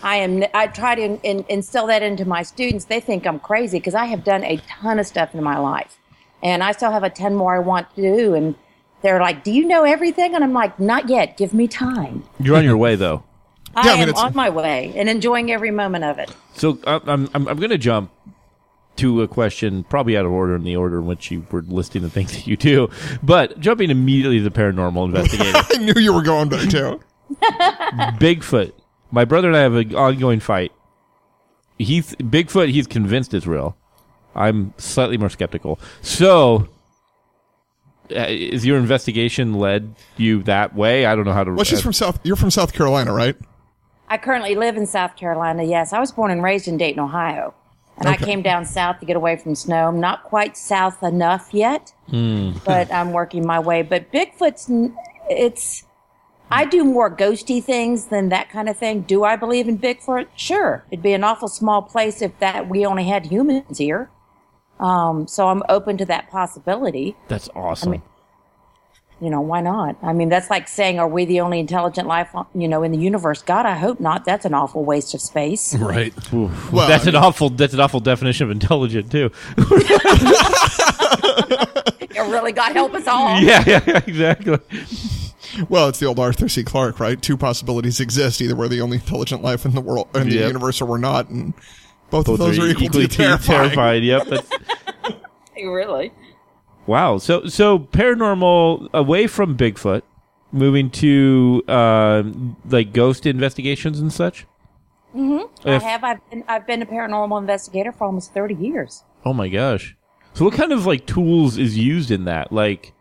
[SPEAKER 6] I am. I try to in, in, instill that into my students. They think I'm crazy because I have done a ton of stuff in my life, and I still have a ton more I want to do. And they're like, "Do you know everything?" And I'm like, "Not yet. Give me time."
[SPEAKER 4] you're on your way though.
[SPEAKER 6] I
[SPEAKER 3] Yeah, I mean,
[SPEAKER 6] am
[SPEAKER 3] it's-
[SPEAKER 6] on my way and enjoying every moment of it.
[SPEAKER 4] So I- I'm I'm, I'm going to jump to a question probably out of order in the order in which you were listing the things that you do, but jumping immediately to the paranormal investigator,
[SPEAKER 3] I knew you were going there too.
[SPEAKER 4] Bigfoot. My brother and I have an ongoing fight. He's Bigfoot. He's convinced it's real. I'm slightly more skeptical. So. Uh, is your investigation led you that way? I don't know how to.
[SPEAKER 3] Well, she's
[SPEAKER 4] uh,
[SPEAKER 3] from South. You're from South Carolina, right?
[SPEAKER 6] I currently live in South Carolina. Yes, I was born and raised in Dayton, Ohio, and I came down south to get away from snow. I'm not quite south enough yet, but I'm working my way. But Bigfoot's n- it's I do more ghosty things than that kind of thing. Do I believe in Bigfoot? Sure, it'd be an awful small place if that we only had humans here. Um, so I'm open to that possibility
[SPEAKER 4] That's awesome.
[SPEAKER 6] you know why not i mean that's like saying are we the only intelligent life on- you know in the universe god i hope not that's an awful waste of space
[SPEAKER 5] Right.
[SPEAKER 3] Well,
[SPEAKER 4] that's
[SPEAKER 3] Uh, I
[SPEAKER 4] an awful. That's an awful definition of intelligent too.
[SPEAKER 6] it really god help us all
[SPEAKER 4] yeah, yeah, yeah, exactly.
[SPEAKER 3] Well, it's the old Arthur C. Clarke, right? Two possibilities exist: either we're the only intelligent life in the world, in the
[SPEAKER 4] Yep.
[SPEAKER 3] universe, or we're not, and both, of those are equally, terrifying.
[SPEAKER 4] terrified. Yep. That's,
[SPEAKER 6] really
[SPEAKER 4] wow. So so paranormal away from Bigfoot, moving to uh, like ghost investigations and such.
[SPEAKER 6] Mm-hmm. i
[SPEAKER 4] If-
[SPEAKER 6] have I've been, I've been a paranormal investigator for almost 30 years
[SPEAKER 4] Oh my gosh. So what kind of like tools is used in that? Like,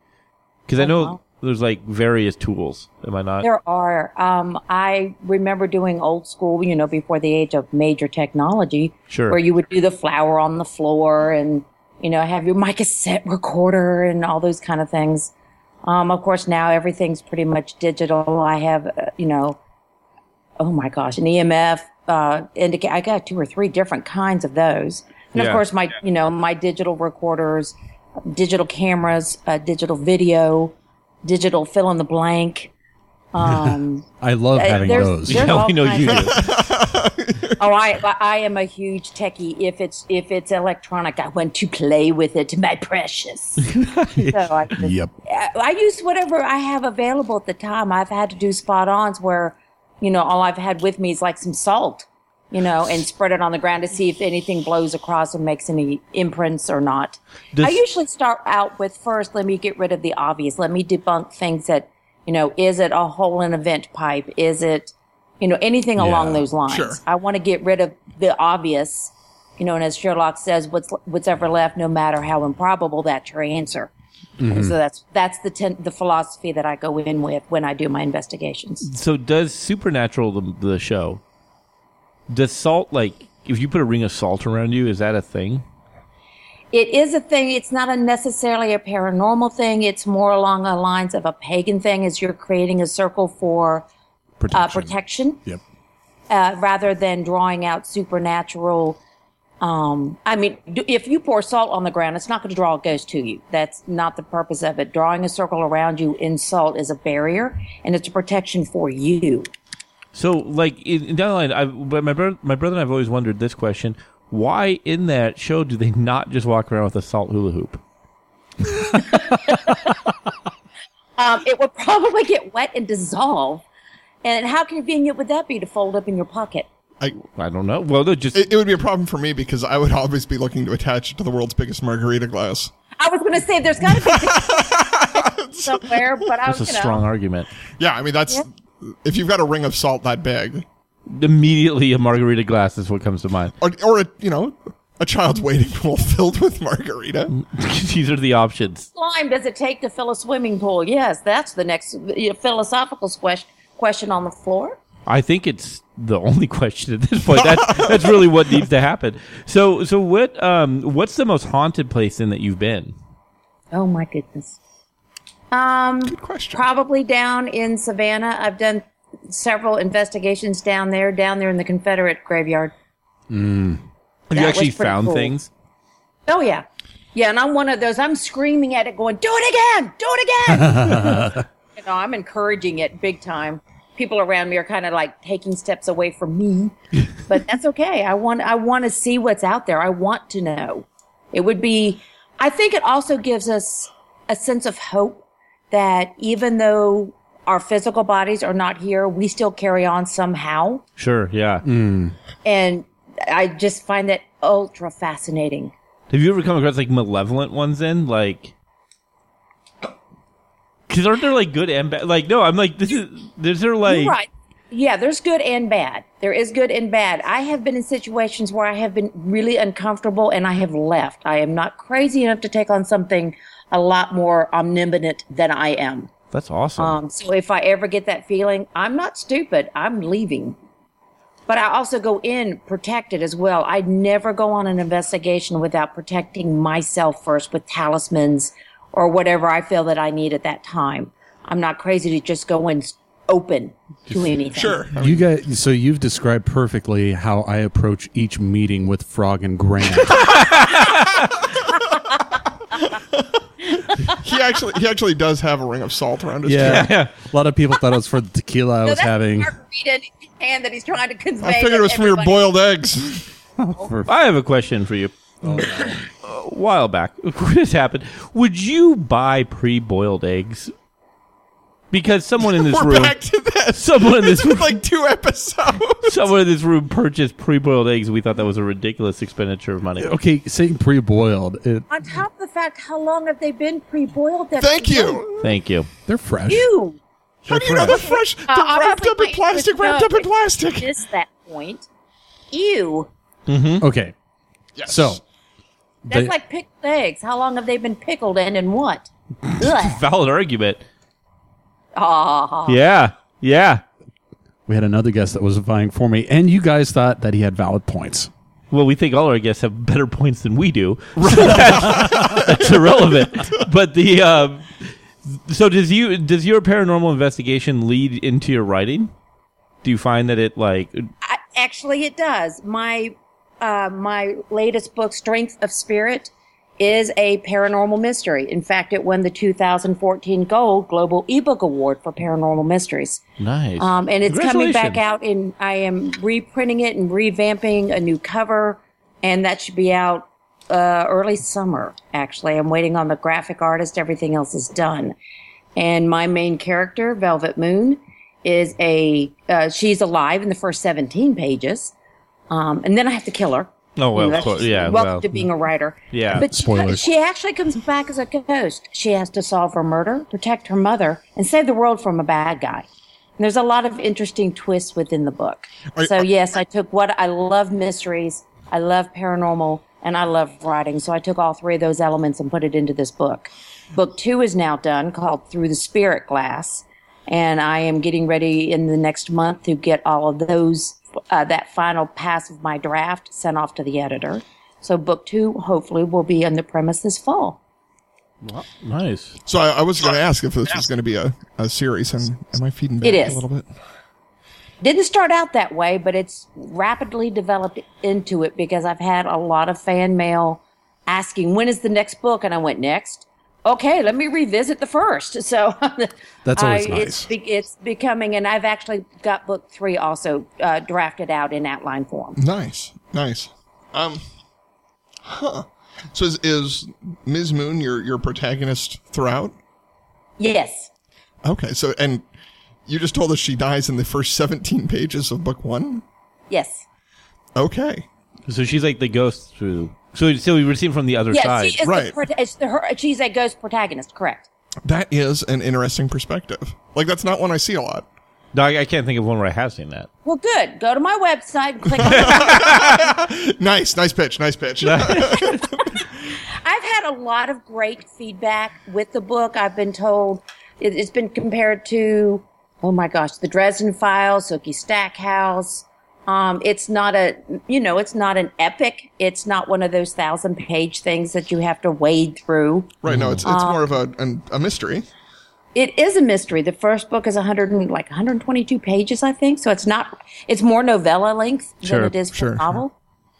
[SPEAKER 4] because I know
[SPEAKER 6] wow.
[SPEAKER 4] there's like various tools. Am I not?
[SPEAKER 6] there are um, i remember doing old school you know before the age of major technology
[SPEAKER 4] Sure.
[SPEAKER 6] where you would do the flower on the floor and you know have your mic cassette recorder and all those kind of things um, of course now everything's pretty much digital i have uh, you know oh my gosh an emf uh, indica- i got two or three different kinds of those and
[SPEAKER 4] Yeah.
[SPEAKER 6] of course my you know my digital recorders digital cameras uh, digital video digital fill in the blank um,
[SPEAKER 5] I love
[SPEAKER 6] Uh,
[SPEAKER 5] having
[SPEAKER 6] there's-
[SPEAKER 5] those.
[SPEAKER 6] there's-
[SPEAKER 4] yeah, we know you.
[SPEAKER 6] all
[SPEAKER 4] do.
[SPEAKER 6] Oh, I I am a huge techie. If it's if it's electronic, I want to play with it, my precious. so I, just-
[SPEAKER 5] Yep.
[SPEAKER 6] I, Uh, I use whatever I have available at the time. I've had to do spot ons where, you know, all I've had with me is like some salt, you know, and spread it on the ground to see if anything blows across and makes any imprints or not. I
[SPEAKER 4] Does-
[SPEAKER 6] usually start out with first, let me get rid of the obvious. Let me debunk things that, you know, is it a hole in a vent pipe? Is it, you know, anything along those lines?
[SPEAKER 3] sure.
[SPEAKER 6] I want to get rid of the obvious, you know, and as Sherlock says, what's what's ever left, no matter how improbable, that's your answer. And So that's that's the ten, the philosophy that I go in with when I do my investigations.
[SPEAKER 4] So does Supernatural the, the show? Does salt like if you put a ring of salt around you, is that a thing?
[SPEAKER 6] It is a thing. It's not a necessarily a paranormal thing. It's more along the lines of a pagan thing, as you're creating a circle for
[SPEAKER 5] Protection.
[SPEAKER 6] uh, protection.
[SPEAKER 5] Yep.
[SPEAKER 6] uh, rather than drawing out supernatural. Um, I mean, d- if you pour salt on the ground, it's not going to draw a ghost to you. That's not the purpose of it. Drawing a circle around you in salt is a barrier and it's a protection for you.
[SPEAKER 4] So, like in, in down the line, I, but my brother, my brother and I've always wondered this question: Why in that show do they not just walk around with a salt hula hoop?
[SPEAKER 6] um, it would probably get wet and dissolve. And how convenient would that be to fold up in your pocket?
[SPEAKER 3] I,
[SPEAKER 4] I don't know. Well, they're just
[SPEAKER 3] it, it would be a problem for me because I would always be looking to attach it to the world's biggest margarita glass.
[SPEAKER 6] I was going to say there's got to be somewhere, but I was
[SPEAKER 4] that's a
[SPEAKER 6] going to.
[SPEAKER 4] strong argument.
[SPEAKER 3] Yeah, I mean that's if you've got a ring of salt that big,
[SPEAKER 4] Immediately, a margarita glass is what comes to mind.
[SPEAKER 3] or or a, you know a child's waiting pool filled with
[SPEAKER 4] Mm.
[SPEAKER 3] margarita.
[SPEAKER 4] These are the options.
[SPEAKER 6] slime does it take to fill a swimming pool? Yes, that's the next you know, philosophical sques- question on the floor.
[SPEAKER 4] I think it's the only question at this point. That's that's really what needs to happen. So so what um what's the most haunted place in that you've been?
[SPEAKER 6] Oh my goodness. Um,
[SPEAKER 3] Question.
[SPEAKER 6] probably down in Savannah. I've done several investigations down there, down there in the Confederate graveyard.
[SPEAKER 4] Have
[SPEAKER 6] That
[SPEAKER 4] you
[SPEAKER 6] was
[SPEAKER 4] actually
[SPEAKER 6] pretty
[SPEAKER 4] found
[SPEAKER 6] cool.
[SPEAKER 4] things?
[SPEAKER 6] Oh yeah, yeah. And I'm one of those. I'm screaming at it, going, "Do it again! Do it again!" you know, I'm encouraging it big time. People around me are kind of like taking steps away from me, but that's okay. I want I want to see what's out there. I want to know. It would be. I think it also gives us a sense of hope that even though our physical bodies are not here, we still carry on somehow.
[SPEAKER 4] Sure, yeah.
[SPEAKER 6] And I just find that ultra fascinating.
[SPEAKER 4] Have you ever come across like malevolent ones in like? Because aren't there like good and bad? Like no, I'm like this is. Is there like?
[SPEAKER 6] You're right. Yeah, there's good and bad. There is good and bad. I have been in situations where I have been really uncomfortable and I have left. I am not crazy enough to take on something a lot more omnipotent than I am.
[SPEAKER 4] That's awesome.
[SPEAKER 3] Uh,
[SPEAKER 6] Um, so if I ever get that feeling, I'm not stupid. I'm leaving. But I also go in protected as well. I never go on an investigation without protecting myself first with talismans or whatever I feel that I need at that time. I'm not crazy to just go in s- open to anything.
[SPEAKER 3] Sure.
[SPEAKER 5] You guys, so you've described perfectly how I approach each meeting with Frog and Grant.
[SPEAKER 3] He actually he actually does have a ring of salt around his
[SPEAKER 5] yeah.
[SPEAKER 3] chin.
[SPEAKER 5] a lot of people thought it was for the tequila I was having.
[SPEAKER 6] and that he's trying to convey.
[SPEAKER 3] I figured it was from your boiled eggs.
[SPEAKER 6] Oh.
[SPEAKER 4] I have a question for you.
[SPEAKER 3] Oh,
[SPEAKER 4] a while back, this happened. Would you buy pre-boiled eggs? Because someone in this
[SPEAKER 3] We're
[SPEAKER 4] room,
[SPEAKER 3] back to this.
[SPEAKER 4] someone in this
[SPEAKER 3] It's been
[SPEAKER 4] room,
[SPEAKER 3] like two episodes.
[SPEAKER 4] someone in this room purchased pre-boiled eggs. We thought that was a ridiculous expenditure of money.
[SPEAKER 5] Okay, saying pre-boiled, it,
[SPEAKER 6] On top of the fact, how long have they been pre-boiled? that-
[SPEAKER 3] Thank you.
[SPEAKER 4] Thank you.
[SPEAKER 5] they're fresh.
[SPEAKER 6] You
[SPEAKER 3] How do you know they're fresh? They're
[SPEAKER 6] Uh, obviously
[SPEAKER 3] wrapped up
[SPEAKER 6] my
[SPEAKER 3] in
[SPEAKER 6] English
[SPEAKER 3] plastic. Wrapped up in plastic.
[SPEAKER 6] missed that point. Ew.
[SPEAKER 5] Okay,
[SPEAKER 3] Yes.
[SPEAKER 5] so
[SPEAKER 6] That's
[SPEAKER 5] They-
[SPEAKER 6] like pickled eggs. How long have they been pickled in and what? Ugh.
[SPEAKER 4] Valid argument.
[SPEAKER 6] Ah.
[SPEAKER 4] Yeah, yeah.
[SPEAKER 5] we had another guest that was vying for me, and you guys thought that he had valid points.
[SPEAKER 4] Well, we think all our guests have better points than we do. So that's, that's irrelevant. But the um, so does you does your paranormal investigation lead into your writing? Do you find that it like
[SPEAKER 6] I, actually, it does. My uh, my latest book, Strength of Spirit, is a paranormal mystery. In fact, it won the 2014 Gold Global Ebook Award for Paranormal Mysteries.
[SPEAKER 4] nice?
[SPEAKER 6] Um, and it's coming back
[SPEAKER 4] Congratulations.
[SPEAKER 6] out, and I am reprinting it and revamping a new cover, and that should be out uh, early summer. Actually, I'm waiting on the graphic artist. Everything else is done, and my main character, Velvet Moon, is a uh, she's alive in the first 17 pages, um, and then I have to kill her.
[SPEAKER 4] Oh well,
[SPEAKER 6] You know,
[SPEAKER 4] of
[SPEAKER 6] that's
[SPEAKER 4] course,
[SPEAKER 6] just
[SPEAKER 4] yeah.
[SPEAKER 6] welcome
[SPEAKER 4] Well,
[SPEAKER 6] to being a writer.
[SPEAKER 4] Yeah.
[SPEAKER 6] but she-
[SPEAKER 5] Spoilers.
[SPEAKER 6] She, actually comes back as a ghost. She has to solve her murder, protect her mother, and save the world from a bad guy. And there's a lot of interesting twists within the book.
[SPEAKER 3] Are-
[SPEAKER 6] so
[SPEAKER 3] are-
[SPEAKER 6] yes, I took what I love mysteries, I love paranormal, and I love writing. So I took all three of those elements and put it into this book. Book two is now done, called Through the Spirit Glass, and I am getting ready in the next month to get all of those uh, that final pass of my draft sent off to the editor. So book two hopefully will be on the premise this fall.
[SPEAKER 4] nice.
[SPEAKER 3] So I, I was going to ask if this was going to be a, a series, and am I feeding back
[SPEAKER 6] It is.
[SPEAKER 3] a little bit?
[SPEAKER 6] Didn't start out that way, but it's rapidly developed into it because I've had a lot of fan mail asking, when is the next book? And I went, next. Okay, let me revisit the first. So
[SPEAKER 5] That's always
[SPEAKER 6] I,
[SPEAKER 5] nice.
[SPEAKER 6] It's, be, it's becoming, and I've actually got book three also uh, drafted out in outline form.
[SPEAKER 3] Nice, nice. Um, huh. So is, is Ms. Moon your your protagonist throughout?
[SPEAKER 6] Yes.
[SPEAKER 3] Okay, so and you just told us she dies in the first 17 pages of book 1?
[SPEAKER 6] Yes.
[SPEAKER 3] Okay.
[SPEAKER 4] So she's like the ghost through. So so we were seen from the other
[SPEAKER 6] Yes,
[SPEAKER 4] side.
[SPEAKER 6] she is
[SPEAKER 3] right.
[SPEAKER 6] the, prota- it's the, her, she's a ghost protagonist, correct?
[SPEAKER 3] That is an interesting perspective. Like that's not one I see a lot.
[SPEAKER 4] no, I, I can't think of one where I have seen that.
[SPEAKER 6] Well, good. Go to my website. Click. on-
[SPEAKER 3] Nice, nice pitch, nice pitch.
[SPEAKER 6] I've had a lot of great feedback with the book. I've been told it, it's been compared to, oh my gosh, the Dresden Files, Sookie Stackhouse. Um, it's not a, you know, it's not an epic. It's not one of those thousand page things that you have to wade through.
[SPEAKER 3] right, no, it's it's more of a an, a mystery.
[SPEAKER 6] It is a mystery. The first book is 100 and, like 122 pages, I think. So it's not, it's more novella length
[SPEAKER 4] Sure,
[SPEAKER 6] than it is for
[SPEAKER 3] sure,
[SPEAKER 6] a novel.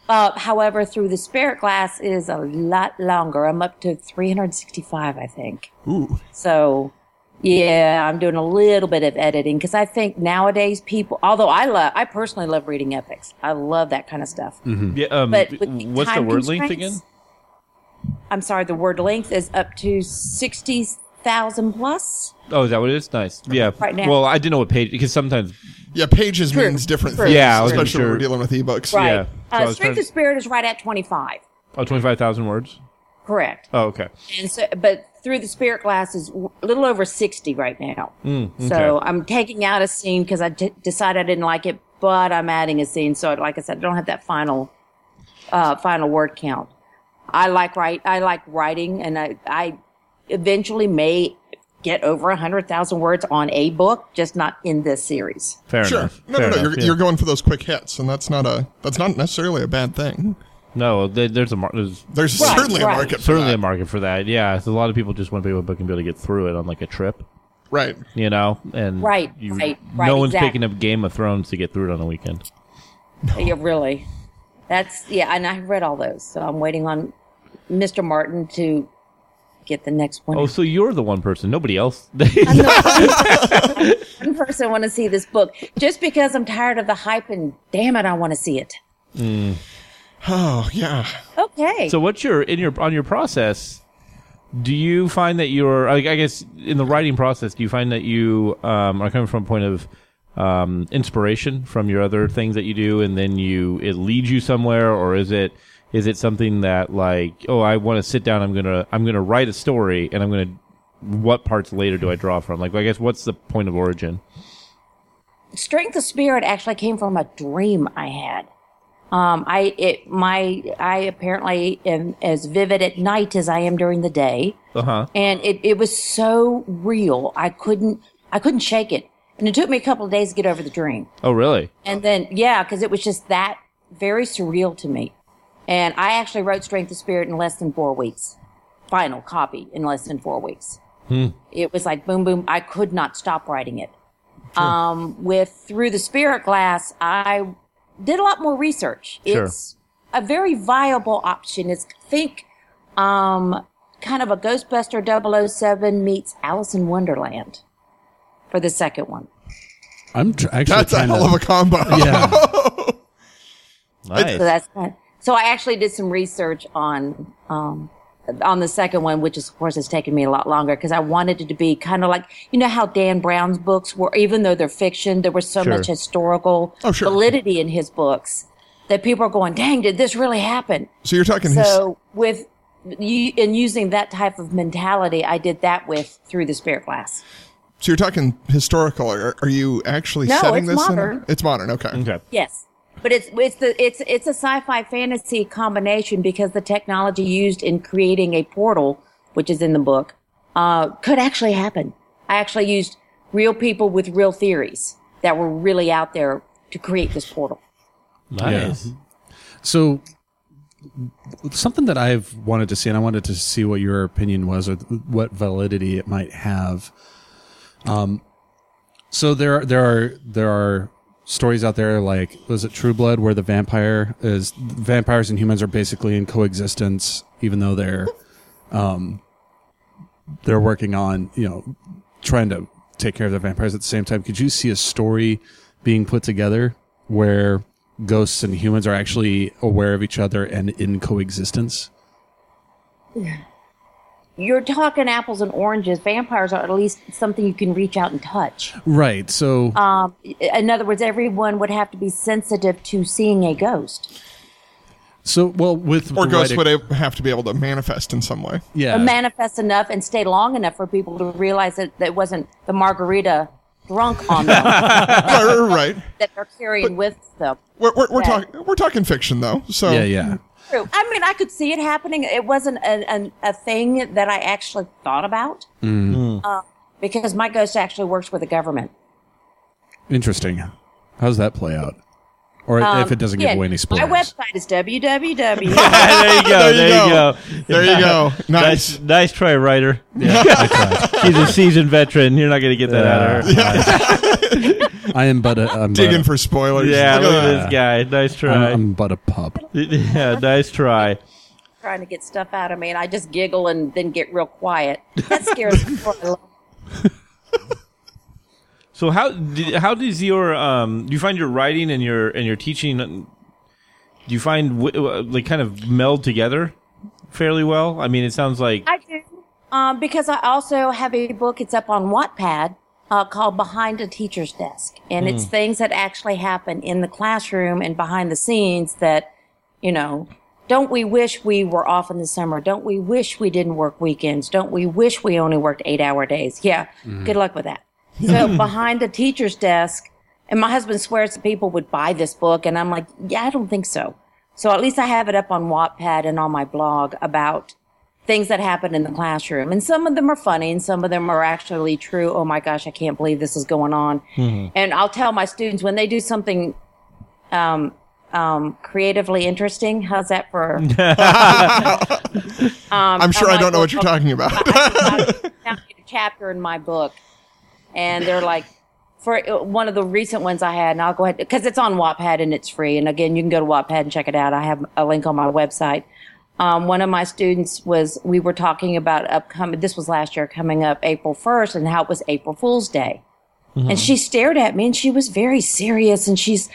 [SPEAKER 6] Uh, however, through the spirit glass is a lot longer. I'm up to 365, I think.
[SPEAKER 3] Ooh.
[SPEAKER 6] So yeah, I'm doing a little bit of editing because I think nowadays people, although I love, I personally love reading epics. I love that kind of stuff.
[SPEAKER 3] Mm-hmm. Mm.
[SPEAKER 4] Yeah, um,
[SPEAKER 6] But with the
[SPEAKER 4] what's the
[SPEAKER 6] time
[SPEAKER 4] word length again?
[SPEAKER 6] constraints- I'm sorry, the word length is up to 60,000 plus.
[SPEAKER 4] Oh, is that what it is? Nice. Yeah.
[SPEAKER 6] Right now.
[SPEAKER 4] Well, I didn't know what page because sometimes
[SPEAKER 3] Yeah, pages
[SPEAKER 6] True,
[SPEAKER 3] means different
[SPEAKER 6] true.
[SPEAKER 3] things,
[SPEAKER 4] Yeah, I wasn't
[SPEAKER 3] especially when
[SPEAKER 4] sure.
[SPEAKER 3] we're dealing with ebooks.
[SPEAKER 6] Right.
[SPEAKER 4] Yeah. So I
[SPEAKER 6] uh,
[SPEAKER 4] was
[SPEAKER 6] strength
[SPEAKER 4] trying-
[SPEAKER 6] of spirit is right at 25.
[SPEAKER 4] oh, 25,000 words.
[SPEAKER 6] Correct.
[SPEAKER 4] Oh, okay.
[SPEAKER 6] And so, but through the spirit glass is w- a little over 60 right now. So
[SPEAKER 4] Mm, okay.
[SPEAKER 6] I'm taking out a scene because I d- decided I didn't like it, but I'm adding a scene. So like I said, I don't have that final, uh, final word count. I like write, I like writing and I, I eventually may get over a hundred thousand words on a book, just not in this series.
[SPEAKER 4] Fair
[SPEAKER 3] Sure.
[SPEAKER 4] enough.
[SPEAKER 3] No, no, no.
[SPEAKER 4] Fair enough,
[SPEAKER 3] You're,
[SPEAKER 4] yeah.
[SPEAKER 3] you're going for those quick hits, and that's not a that's not necessarily a bad thing.
[SPEAKER 4] No, there, there's a mar- there's
[SPEAKER 3] There's
[SPEAKER 6] Right,
[SPEAKER 3] certainly a
[SPEAKER 6] right.
[SPEAKER 3] market. For
[SPEAKER 4] certainly
[SPEAKER 3] that.
[SPEAKER 4] a market for that. Yeah, so a lot of people just want to be able to book and be able to get through it on like a trip,
[SPEAKER 3] Right.
[SPEAKER 4] you know. And
[SPEAKER 6] Right,
[SPEAKER 4] you-
[SPEAKER 6] right,
[SPEAKER 4] No
[SPEAKER 6] right,
[SPEAKER 4] one's
[SPEAKER 6] exactly.
[SPEAKER 4] picking up Game of Thrones to get through it on the weekend.
[SPEAKER 6] Yeah, really. That's yeah, and I read all those, so I'm waiting on Mr. Martin to get the next one.
[SPEAKER 4] Oh, so you're the one person. Nobody else.
[SPEAKER 6] I'm the one- one person want to see this book just because I'm tired of the hype and damn it, I want to see it.
[SPEAKER 3] Oh yeah.
[SPEAKER 6] Okay.
[SPEAKER 4] So what's your in your on your process? Do you find that you're I, I guess in the writing process, do you find that you um, are coming from a point of um, inspiration from your other things that you do, and then you it leads you somewhere, or is it is it something that like oh I want to sit down, I'm gonna I'm gonna write a story, and I'm gonna what parts later do I draw from? Like I guess what's the point of origin?
[SPEAKER 6] strength of spirit actually came from a dream I had. Um, I it my I apparently am as vivid at night as I am during the day.
[SPEAKER 4] Uh huh.
[SPEAKER 6] and it, it was so real i couldn't i couldn't shake it and it took me a couple of days to get over the dream
[SPEAKER 4] Oh really?
[SPEAKER 6] and then yeah because it was just that very surreal to me and i actually wrote strength of spirit in less than four weeks final copy in less than four weeks
[SPEAKER 4] Hmm.
[SPEAKER 6] it was like boom boom i could not stop writing it um, with through the spirit glass i did a lot more research
[SPEAKER 4] Sure.
[SPEAKER 6] it's a very viable option it's think um, kind of a ghostbuster 007 meets alice in wonderland for the second one
[SPEAKER 5] I'm tr- actually
[SPEAKER 3] That's a
[SPEAKER 5] trying
[SPEAKER 3] hell
[SPEAKER 5] to-
[SPEAKER 3] of a combo.
[SPEAKER 5] yeah.
[SPEAKER 4] Nice.
[SPEAKER 6] So that's kind so I actually did some research on um, on the second one, which is, of course has taken me a lot longer because I wanted it to be kind of like you know how Dan Brown's books were, even though they're fiction, there was so
[SPEAKER 4] Sure.
[SPEAKER 6] much historical
[SPEAKER 3] Oh, sure.
[SPEAKER 6] validity in his books that people are going, "Dang, did this really happen?"
[SPEAKER 3] So you're talking.
[SPEAKER 6] So with you in using that type of mentality, I did that with through the spirit glass.
[SPEAKER 3] his- so you're talking historical. Are, are you actually
[SPEAKER 6] No,
[SPEAKER 3] setting
[SPEAKER 6] it's
[SPEAKER 3] this? in-
[SPEAKER 6] modern.
[SPEAKER 3] it's modern. Okay.
[SPEAKER 4] Okay.
[SPEAKER 6] Yes. But it's it's the it's it's a sci-fi fantasy combination because the technology used in creating a portal, which is in the book, uh, could actually happen. I actually used real people with real theories that were really out there to create this portal.
[SPEAKER 4] Nice.
[SPEAKER 5] So something that I've wanted to see, and I wanted to see what your opinion was or what validity it might have. Um, so there, there are there are stories out there like was it True Blood where the vampire is vampires and humans are basically in coexistence, even though they're um, they're working on you know trying to take care of the vampires at the same time. Could you see a story being put together where ghosts and humans are actually aware of each other and in coexistence?
[SPEAKER 6] you're talking apples and oranges. Vampires are at least something you can reach out and touch.
[SPEAKER 5] Right. So
[SPEAKER 6] Um, in other words, everyone would have to be sensitive to seeing a ghost,
[SPEAKER 5] so well with
[SPEAKER 3] Or
[SPEAKER 5] the
[SPEAKER 3] ghosts
[SPEAKER 5] right-
[SPEAKER 3] would have- have to be able to manifest in some way.
[SPEAKER 5] yeah.
[SPEAKER 6] but manifest enough and stay long enough for people to realize that that wasn't the margarita drunk on them
[SPEAKER 3] Right, right, right.
[SPEAKER 6] that they're carrying with them.
[SPEAKER 3] We're, we're, we're
[SPEAKER 6] Yeah.
[SPEAKER 3] talking we're talking fiction though. So
[SPEAKER 5] yeah, yeah.
[SPEAKER 6] True. I mean, I could see it happening. It wasn't an, an, a thing that I actually thought about
[SPEAKER 5] Mm.
[SPEAKER 6] Uh, because my ghost actually works with the government.
[SPEAKER 5] Interesting. How does that play out? Or if
[SPEAKER 6] Um,
[SPEAKER 5] it doesn't give
[SPEAKER 6] yeah,
[SPEAKER 5] away any spoilers.
[SPEAKER 6] My website is www.
[SPEAKER 4] there you go.
[SPEAKER 3] There you go. There you go. Nice.
[SPEAKER 4] Nice, nice try, writer. She's a seasoned veteran. You're not going to get that out of her.
[SPEAKER 5] I am but a I'm
[SPEAKER 3] Digging
[SPEAKER 5] but a-
[SPEAKER 3] for spoilers.
[SPEAKER 4] Yeah,
[SPEAKER 3] Look at
[SPEAKER 4] look at
[SPEAKER 3] that.
[SPEAKER 4] this guy. Nice
[SPEAKER 5] I'm,
[SPEAKER 4] try.
[SPEAKER 5] I'm but a pup.
[SPEAKER 4] yeah, nice try.
[SPEAKER 6] trying to get stuff out of me, and I just giggle and then get real quiet. That scares me. for a long-
[SPEAKER 4] So how did, how does your um do you find your writing and your and your teaching um, do you find w- w- like kind of meld together fairly well? I mean, it sounds like
[SPEAKER 6] I do um, because I also have a book. It's up on Wattpad uh, called "Behind a Teacher's Desk," and it's things that actually happen in the classroom and behind the scenes that you know. Don't we wish we were off in the summer? Don't we wish we didn't work weekends? Don't we wish we only worked eight hour days? Yeah. Good luck with that. So behind the teacher's desk, and my husband swears that people would buy this book, and I'm like, yeah, I don't think so. So at least I have it up on Wattpad and on my blog about things that happen in the classroom. And some of them are funny and some of them are actually true. Oh my gosh, I can't believe this is going on. And I'll tell my students when they do something um, um, creatively interesting, how's that for? um,
[SPEAKER 3] I'm sure I don't know what you're talking about.
[SPEAKER 6] about. found a chapter in my book, and they're like, for one of the recent ones I had, and I'll go ahead because it's on Wattpad and it's free. And again, you can go to Wattpad and check it out. I have a link on my website. Um, one of my students was, we were talking about upcoming, this was last year, coming up April 1st and how it was April Fool's Day. And she stared at me and she was very serious and she's,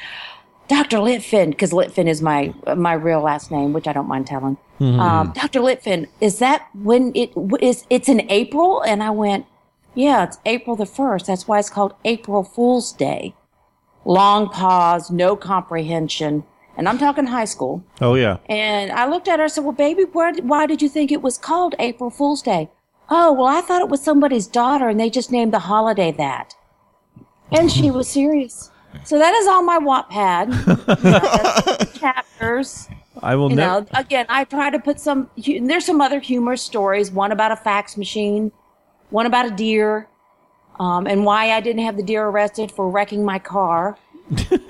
[SPEAKER 6] Dr. Litfin, because Litfin is my my real last name, which I don't mind telling. Um, Dr. Litfin, is that when it w- is? It's in April, and I went, yeah, it's April the first. That's why it's called April Fool's Day. Long pause, no comprehension, and I'm talking high school.
[SPEAKER 4] oh yeah.
[SPEAKER 6] And I looked at her and said, Well, baby, where, why did you think it was called April Fool's Day? Oh, well, I thought it was somebody's daughter and they just named the holiday that. And she was serious. So that is on my Wattpad. You know, that's the chapters.
[SPEAKER 4] I will
[SPEAKER 6] You
[SPEAKER 4] never
[SPEAKER 6] know, again, I try to put some, hu- and there's some other humorous stories, one about a fax machine, one about a deer, um, and why I didn't have the deer arrested for wrecking my car.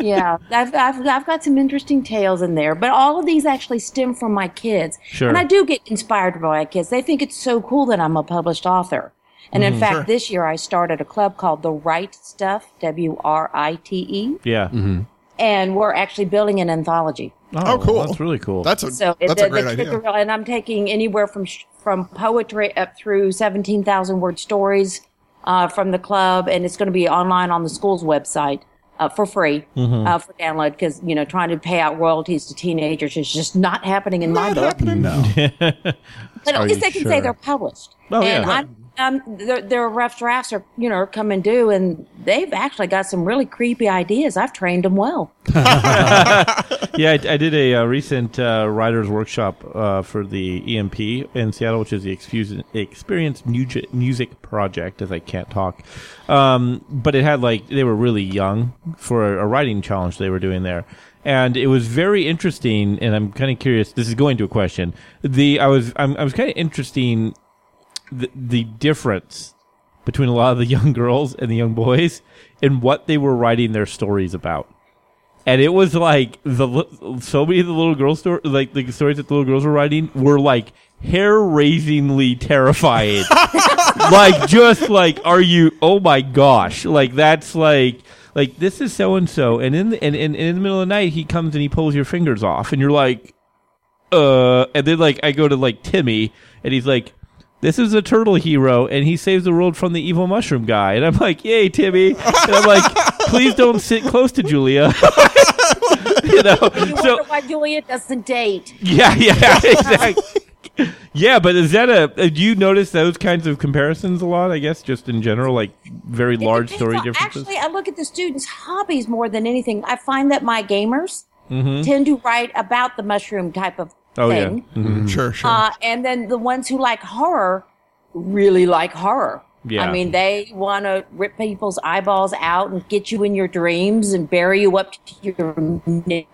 [SPEAKER 6] yeah, I've, I've, I've got some interesting tales in there, but all of these actually stem from my kids.
[SPEAKER 4] Sure.
[SPEAKER 6] And I do get inspired by my kids. They think it's so cool that I'm a published author. And in fact, this year I started a club called The Right Stuff, W R I T E,
[SPEAKER 4] yeah.
[SPEAKER 5] Mm-hmm.
[SPEAKER 6] and we're actually building an anthology.
[SPEAKER 3] Oh, cool.
[SPEAKER 4] That's really cool.
[SPEAKER 3] That's a
[SPEAKER 6] So it,
[SPEAKER 3] that's
[SPEAKER 6] the,
[SPEAKER 3] a great
[SPEAKER 6] the
[SPEAKER 3] idea.
[SPEAKER 6] kids are real, and I'm taking anywhere from sh- from poetry up through seventeen thousand word stories uh, from the club, and it's going to be online on the school's website uh, for free
[SPEAKER 3] Mm-hmm.
[SPEAKER 6] uh, for download because you know trying to pay out royalties to teenagers is just not happening in my
[SPEAKER 3] Not
[SPEAKER 6] book.
[SPEAKER 3] happening.
[SPEAKER 6] But
[SPEAKER 5] Are
[SPEAKER 6] at least
[SPEAKER 5] you
[SPEAKER 6] they can say
[SPEAKER 5] sure?
[SPEAKER 6] they're published.
[SPEAKER 4] Oh, yeah.
[SPEAKER 6] and I'm, um, their, their rough drafts are, you know, come and due, and they've actually got some really creepy ideas. I've trained them well.
[SPEAKER 4] yeah, I, I did a, uh recent uh, writers workshop uh, for the EMP in Seattle, which is the Excuse- Experience Mugi- Music Project. As I can't talk, um, but it had like they were really young for a, a writing challenge they were doing there, and it was very interesting. And I'm kind of curious. This is going to a question. The I was I'm, I was kind of interesting the, the difference between a lot of the young girls and the young boys in what they were writing their stories about and it was like the li- so many of the little girl story, like the stories that the little girls were writing were like hair-raisingly terrifying. like just like, are you? Oh my gosh! Like that's like like this is so and so, and in the, and, and, and in the middle of the night he comes and he pulls your fingers off, and you're like, uh, and then like I go to like Timmy, and he's like. This is a turtle hero, and he saves the world from the evil mushroom guy. And I'm like, "Yay, Timmy!" And I'm like, "Please don't sit close to Julia." you know,
[SPEAKER 6] You
[SPEAKER 4] so
[SPEAKER 6] wonder why Julia doesn't date.
[SPEAKER 4] yeah, yeah, exactly. yeah, but is that a? uh, Do you notice those kinds of comparisons a lot? I guess just in general, like very
[SPEAKER 6] It
[SPEAKER 4] large
[SPEAKER 6] depends
[SPEAKER 4] story
[SPEAKER 6] on-
[SPEAKER 4] differences.
[SPEAKER 6] Actually, I look at the students' hobbies more than anything. I find that my gamers tend to write about the mushroom type of
[SPEAKER 4] Mm-hmm. oh
[SPEAKER 6] thing.
[SPEAKER 4] yeah, Mhm.
[SPEAKER 3] Mm-hmm. Sure, sure.
[SPEAKER 6] Uh, and then the ones who like horror really like horror.
[SPEAKER 4] Yeah.
[SPEAKER 6] I mean, they want to rip people's eyeballs out and get you in your dreams and bury you up to your neck.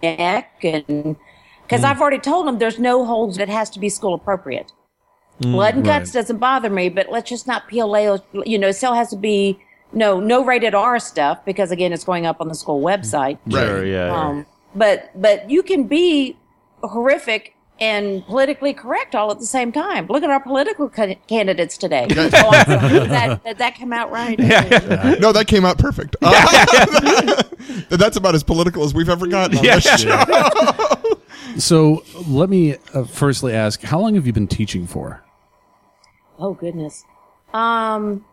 [SPEAKER 6] And
[SPEAKER 3] Mm.
[SPEAKER 6] because I've already told them there's no holds that has to be school appropriate.
[SPEAKER 3] Mm,
[SPEAKER 6] Blood and guts doesn't bother me, but let's just not peel layers. You know, still has to be no no rated R stuff because again, it's going up on the school website.
[SPEAKER 3] Right.
[SPEAKER 4] Sure, yeah.
[SPEAKER 6] Um, but but you can be horrific and politically correct all at the same time. Look at our political ca- candidates today. oh, I'm sorry. Did that, did that come out right?
[SPEAKER 3] no, that came out perfect. Uh, that's about as political as we've ever gotten on this show.
[SPEAKER 5] So let me uh, firstly ask, how long have you been teaching for?
[SPEAKER 6] Oh goodness. Um,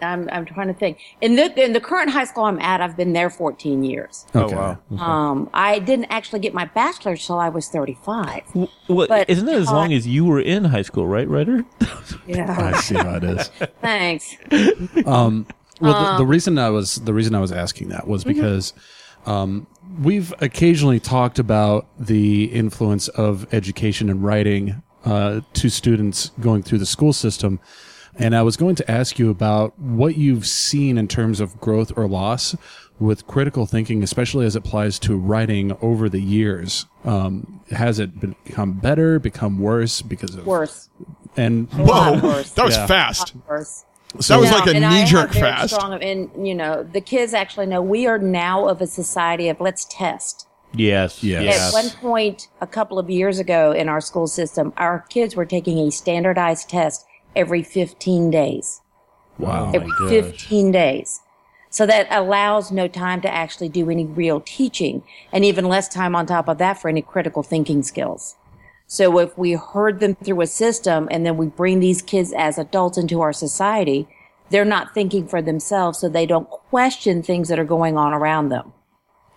[SPEAKER 6] I'm I'm trying to think. In the in the current high school I'm at, I've been there 14 years.
[SPEAKER 4] Oh,
[SPEAKER 5] Okay.
[SPEAKER 6] Um, I didn't actually get my bachelor's till I was 35.
[SPEAKER 4] Well,
[SPEAKER 6] But-
[SPEAKER 4] isn't that as
[SPEAKER 6] uh,
[SPEAKER 4] long as you were in high school, right, Ryder?
[SPEAKER 6] Yeah.
[SPEAKER 5] I see how it is.
[SPEAKER 6] Thanks.
[SPEAKER 5] Well, the, the reason I was the reason I was asking that was because um, we've occasionally talked about the influence of education and writing uh, to students going through the school system, and I was going to ask you about what you've seen in terms of growth or loss with critical thinking, especially as it applies to writing over the years. Um, has it become better, become worse because of
[SPEAKER 6] Worse.
[SPEAKER 5] And
[SPEAKER 6] A lot
[SPEAKER 3] Whoa,
[SPEAKER 6] worse.
[SPEAKER 3] that was
[SPEAKER 5] Yeah.
[SPEAKER 3] fast.
[SPEAKER 6] Worse.
[SPEAKER 3] That was
[SPEAKER 6] Yeah,
[SPEAKER 3] like a
[SPEAKER 6] Uh, and I
[SPEAKER 3] knee
[SPEAKER 6] have
[SPEAKER 3] jerk
[SPEAKER 6] very
[SPEAKER 3] fast.
[SPEAKER 6] Strong, and you know, the kids actually know we are now of a society of let's test.
[SPEAKER 4] Yes.
[SPEAKER 5] Yes.
[SPEAKER 6] At one point, a couple of years ago in our school system, our kids were taking a standardized test every 15 days.
[SPEAKER 5] wow,
[SPEAKER 6] Every 15 days. So that allows no time to actually do any real teaching and even less time on top of that for any critical thinking skills. So if we herd them through a system and then we bring these kids as adults into our society, they're not thinking for themselves. So they don't question things that are going on around them,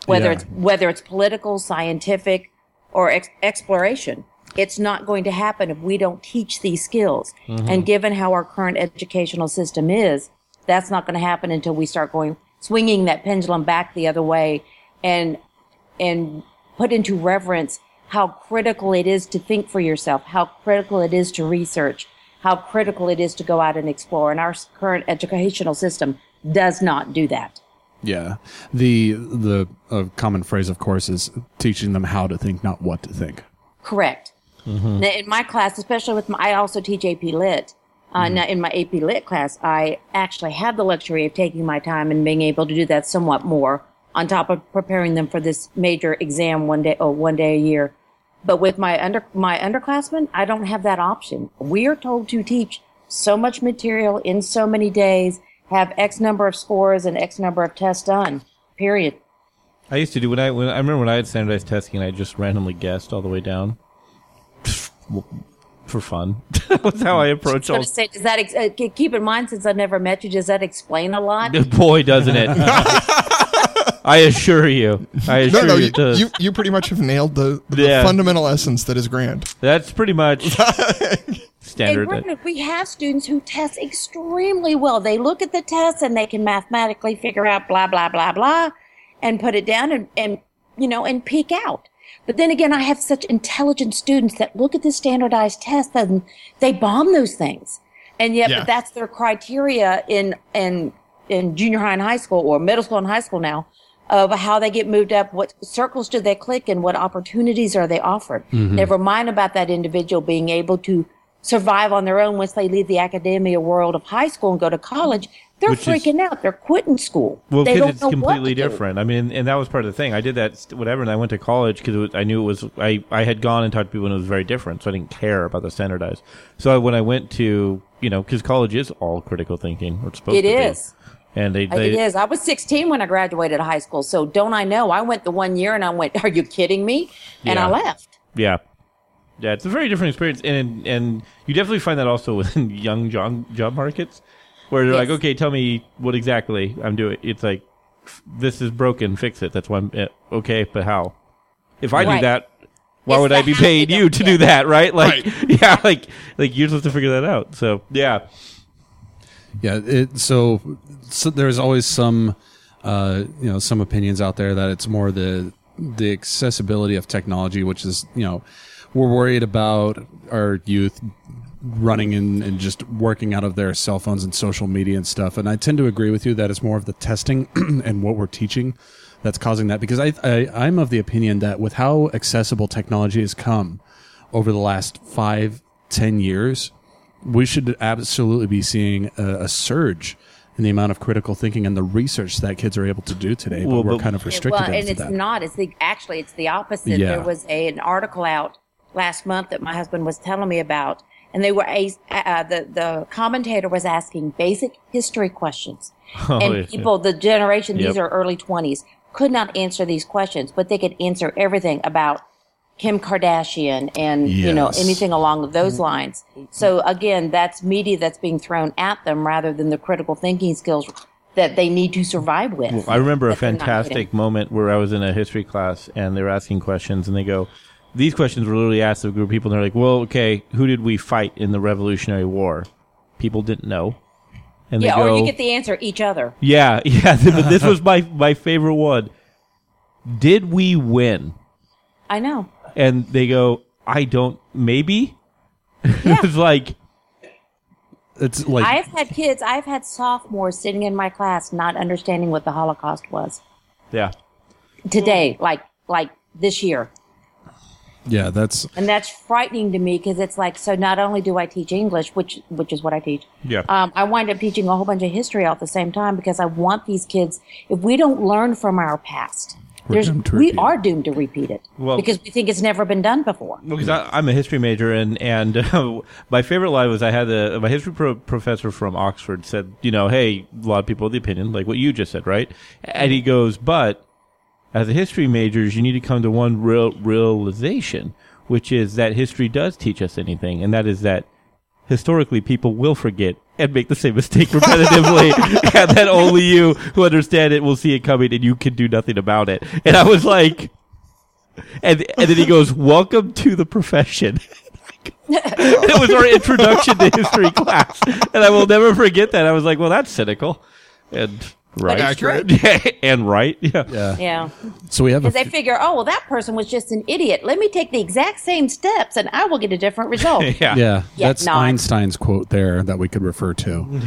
[SPEAKER 6] whether
[SPEAKER 5] Yeah.
[SPEAKER 6] it's, whether it's political, scientific, or ex- exploration. It's not going to happen if we don't teach these skills. And given how our current educational system is, that's not going to happen until we start going swinging that pendulum back the other way and and put into reverence how critical it is to think for yourself, how critical it is to research, how critical it is to go out and explore. And our s- current educational system does not do that.
[SPEAKER 5] Yeah. The the uh, common phrase, of course, is teaching them how to think, not what to think.
[SPEAKER 6] Correct. Now, in my class, especially with my, I also teach AP Lit. Uh, Now, in my AP Lit class, I actually have the luxury of taking my time and being able to do that somewhat more on top of preparing them for this major exam one day or one day a year. But with my under my underclassmen, I don't have that option. We are told to teach so much material in so many days, have X number of scores and X number of tests done. Period.
[SPEAKER 4] I used to do when I when I remember when I had standardized testing, I just randomly guessed all the way down for fun. that was how I approached
[SPEAKER 6] I
[SPEAKER 4] all.
[SPEAKER 6] was gonna say, does that ex- uh, k- keep in mind since I've never met you? Does that explain a lot?
[SPEAKER 4] Boy, doesn't it! I assure you, I
[SPEAKER 3] No,
[SPEAKER 4] assure
[SPEAKER 3] no,
[SPEAKER 4] you,
[SPEAKER 3] you,
[SPEAKER 4] it does.
[SPEAKER 3] you, you pretty much have nailed the, the
[SPEAKER 4] Yeah.
[SPEAKER 3] fundamental essence that is grand.
[SPEAKER 4] That's pretty much
[SPEAKER 6] And
[SPEAKER 4] standard.
[SPEAKER 6] granted, we have students who test extremely well. They look at the test and they can mathematically figure out blah blah blah blah, and put it down and, and you know and peek out. But then again, I have such intelligent students that look at the standardized test and they bomb those things, and yet
[SPEAKER 3] Yeah.
[SPEAKER 6] but that's their criteria in in in junior high and high school or middle school and high school now of how they get moved up, what circles do they click, and what opportunities are they offered.
[SPEAKER 4] Mm-hmm.
[SPEAKER 6] Never mind about that individual being able to survive on their own once they leave the academia world of high school and go to college. They're
[SPEAKER 4] Which is-
[SPEAKER 6] freaking out. They're quitting school.
[SPEAKER 4] Well,
[SPEAKER 6] they
[SPEAKER 4] because
[SPEAKER 6] don't
[SPEAKER 4] it's
[SPEAKER 6] know what
[SPEAKER 4] completely
[SPEAKER 6] to do.
[SPEAKER 4] different. I mean, and that was part of the thing. I did that st- whatever, and I went to college because I knew it was. I I had gone and talked to people, and it was very different. So I didn't care about the standardized. So I, when I went to you know, because college is all critical thinking. Or it's supposed
[SPEAKER 6] It
[SPEAKER 4] to be.
[SPEAKER 6] is.
[SPEAKER 4] and they, they
[SPEAKER 6] it is. I was 16 when I graduated high school, so don't I know? I went the one year and I went, "Are you kidding me?" And I
[SPEAKER 4] Yeah.
[SPEAKER 6] left.
[SPEAKER 4] yeah. Yeah, it's a very different experience, and and you definitely find that also within young job job markets, where they're like,
[SPEAKER 6] Yes.
[SPEAKER 4] okay, tell me what exactly I'm doing. It's like f- this is broken, fix it. That's why I'm eh, okay, but how? If I do
[SPEAKER 6] Right.
[SPEAKER 4] that, why
[SPEAKER 6] It's
[SPEAKER 4] would
[SPEAKER 6] the
[SPEAKER 4] I be
[SPEAKER 6] happy
[SPEAKER 4] paying
[SPEAKER 6] that-
[SPEAKER 4] you to
[SPEAKER 6] yeah.
[SPEAKER 4] do that, right? Like,
[SPEAKER 3] Right.
[SPEAKER 4] yeah, like, like you're supposed to figure that out. So, yeah,
[SPEAKER 5] Yeah, it, so, so there's always some, uh, you know, some opinions out there that it's more the the accessibility of technology, which is you know, we're worried about our youth running in and just working out of their cell phones and social media and stuff. And I tend to agree with you that it's more of the testing and what we're teaching that's causing that because I, I I'm of the opinion that with how accessible technology has come over the last five ten years we should absolutely be seeing a, a surge in the amount of critical thinking and the research that kids are able to do today.
[SPEAKER 4] Well,
[SPEAKER 5] but we're
[SPEAKER 4] but-
[SPEAKER 5] kind of restricted
[SPEAKER 6] well, and
[SPEAKER 5] to
[SPEAKER 6] it's
[SPEAKER 5] that.
[SPEAKER 6] not. It's the actually it's the opposite.
[SPEAKER 5] Yeah.
[SPEAKER 6] There was a, an article out last month that my husband was telling me about, and they were as- uh, the the commentator was asking basic history questions,
[SPEAKER 5] Oh,
[SPEAKER 6] and
[SPEAKER 4] yeah.
[SPEAKER 6] people the generation
[SPEAKER 4] Yep.
[SPEAKER 6] these are early twenties could not answer these questions, but they could answer everything about Kim Kardashian and you know
[SPEAKER 5] Yes. Mm-hmm.
[SPEAKER 6] anything along those lines. So again, that's media that's being thrown at them rather than the critical thinking skills that they need to survive with.
[SPEAKER 4] I remember a
[SPEAKER 6] that they're not getting.
[SPEAKER 4] fantastic moment where I was in a history class and they were asking questions and they go, these questions were literally asked of a group of people and they're like, well, okay, who did we fight in the Revolutionary War? People didn't know. And
[SPEAKER 6] Yeah,
[SPEAKER 4] they go,
[SPEAKER 6] or you get the answer each other.
[SPEAKER 4] yeah, yeah, but this was my, my favorite one. Did we win?
[SPEAKER 6] I know.
[SPEAKER 4] And they go, I don't, maybe? it was like,
[SPEAKER 5] it's like
[SPEAKER 6] I've had kids, I've had sophomores sitting in my class not understanding what the Holocaust was
[SPEAKER 4] yeah.
[SPEAKER 6] today, like like this year.
[SPEAKER 5] yeah, that's
[SPEAKER 6] And that's frightening to me because it's like so not only do I teach English, which which is what I teach.
[SPEAKER 4] Yeah.
[SPEAKER 6] Um, I wind up teaching a whole bunch of history all at the same time because I want these kids if we don't learn from our past, there's,
[SPEAKER 5] doomed to
[SPEAKER 6] we
[SPEAKER 5] repeat it.
[SPEAKER 6] are doomed to repeat it
[SPEAKER 4] Well-
[SPEAKER 6] because we think it's never been done before.
[SPEAKER 4] Because I, I'm a history major, and and my favorite line was I had a my history pro- professor from Oxford said, you know, hey, a lot of people have the opinion like what you just said, right? And he goes, but as a history majors, you need to come to one real realization, which is that history does teach us anything, and that is that historically people will forget and make the same mistake repetitively and that only you who understand it will see it coming and you can do nothing about it and i was like and, and then he goes welcome to the profession it was our introduction to history class and i will never forget that i was like well that's cynical and right
[SPEAKER 3] Accurate.
[SPEAKER 4] and right yeah,
[SPEAKER 6] Yeah.
[SPEAKER 5] so we have a
[SPEAKER 6] Because they figure, oh, well, that person was just an idiot. Let me take the exact same steps and I will get a different result.
[SPEAKER 5] Yeah,
[SPEAKER 4] yeah.
[SPEAKER 6] Yeah,
[SPEAKER 5] that's
[SPEAKER 6] no, I-
[SPEAKER 5] Einstein's quote there that we could refer to.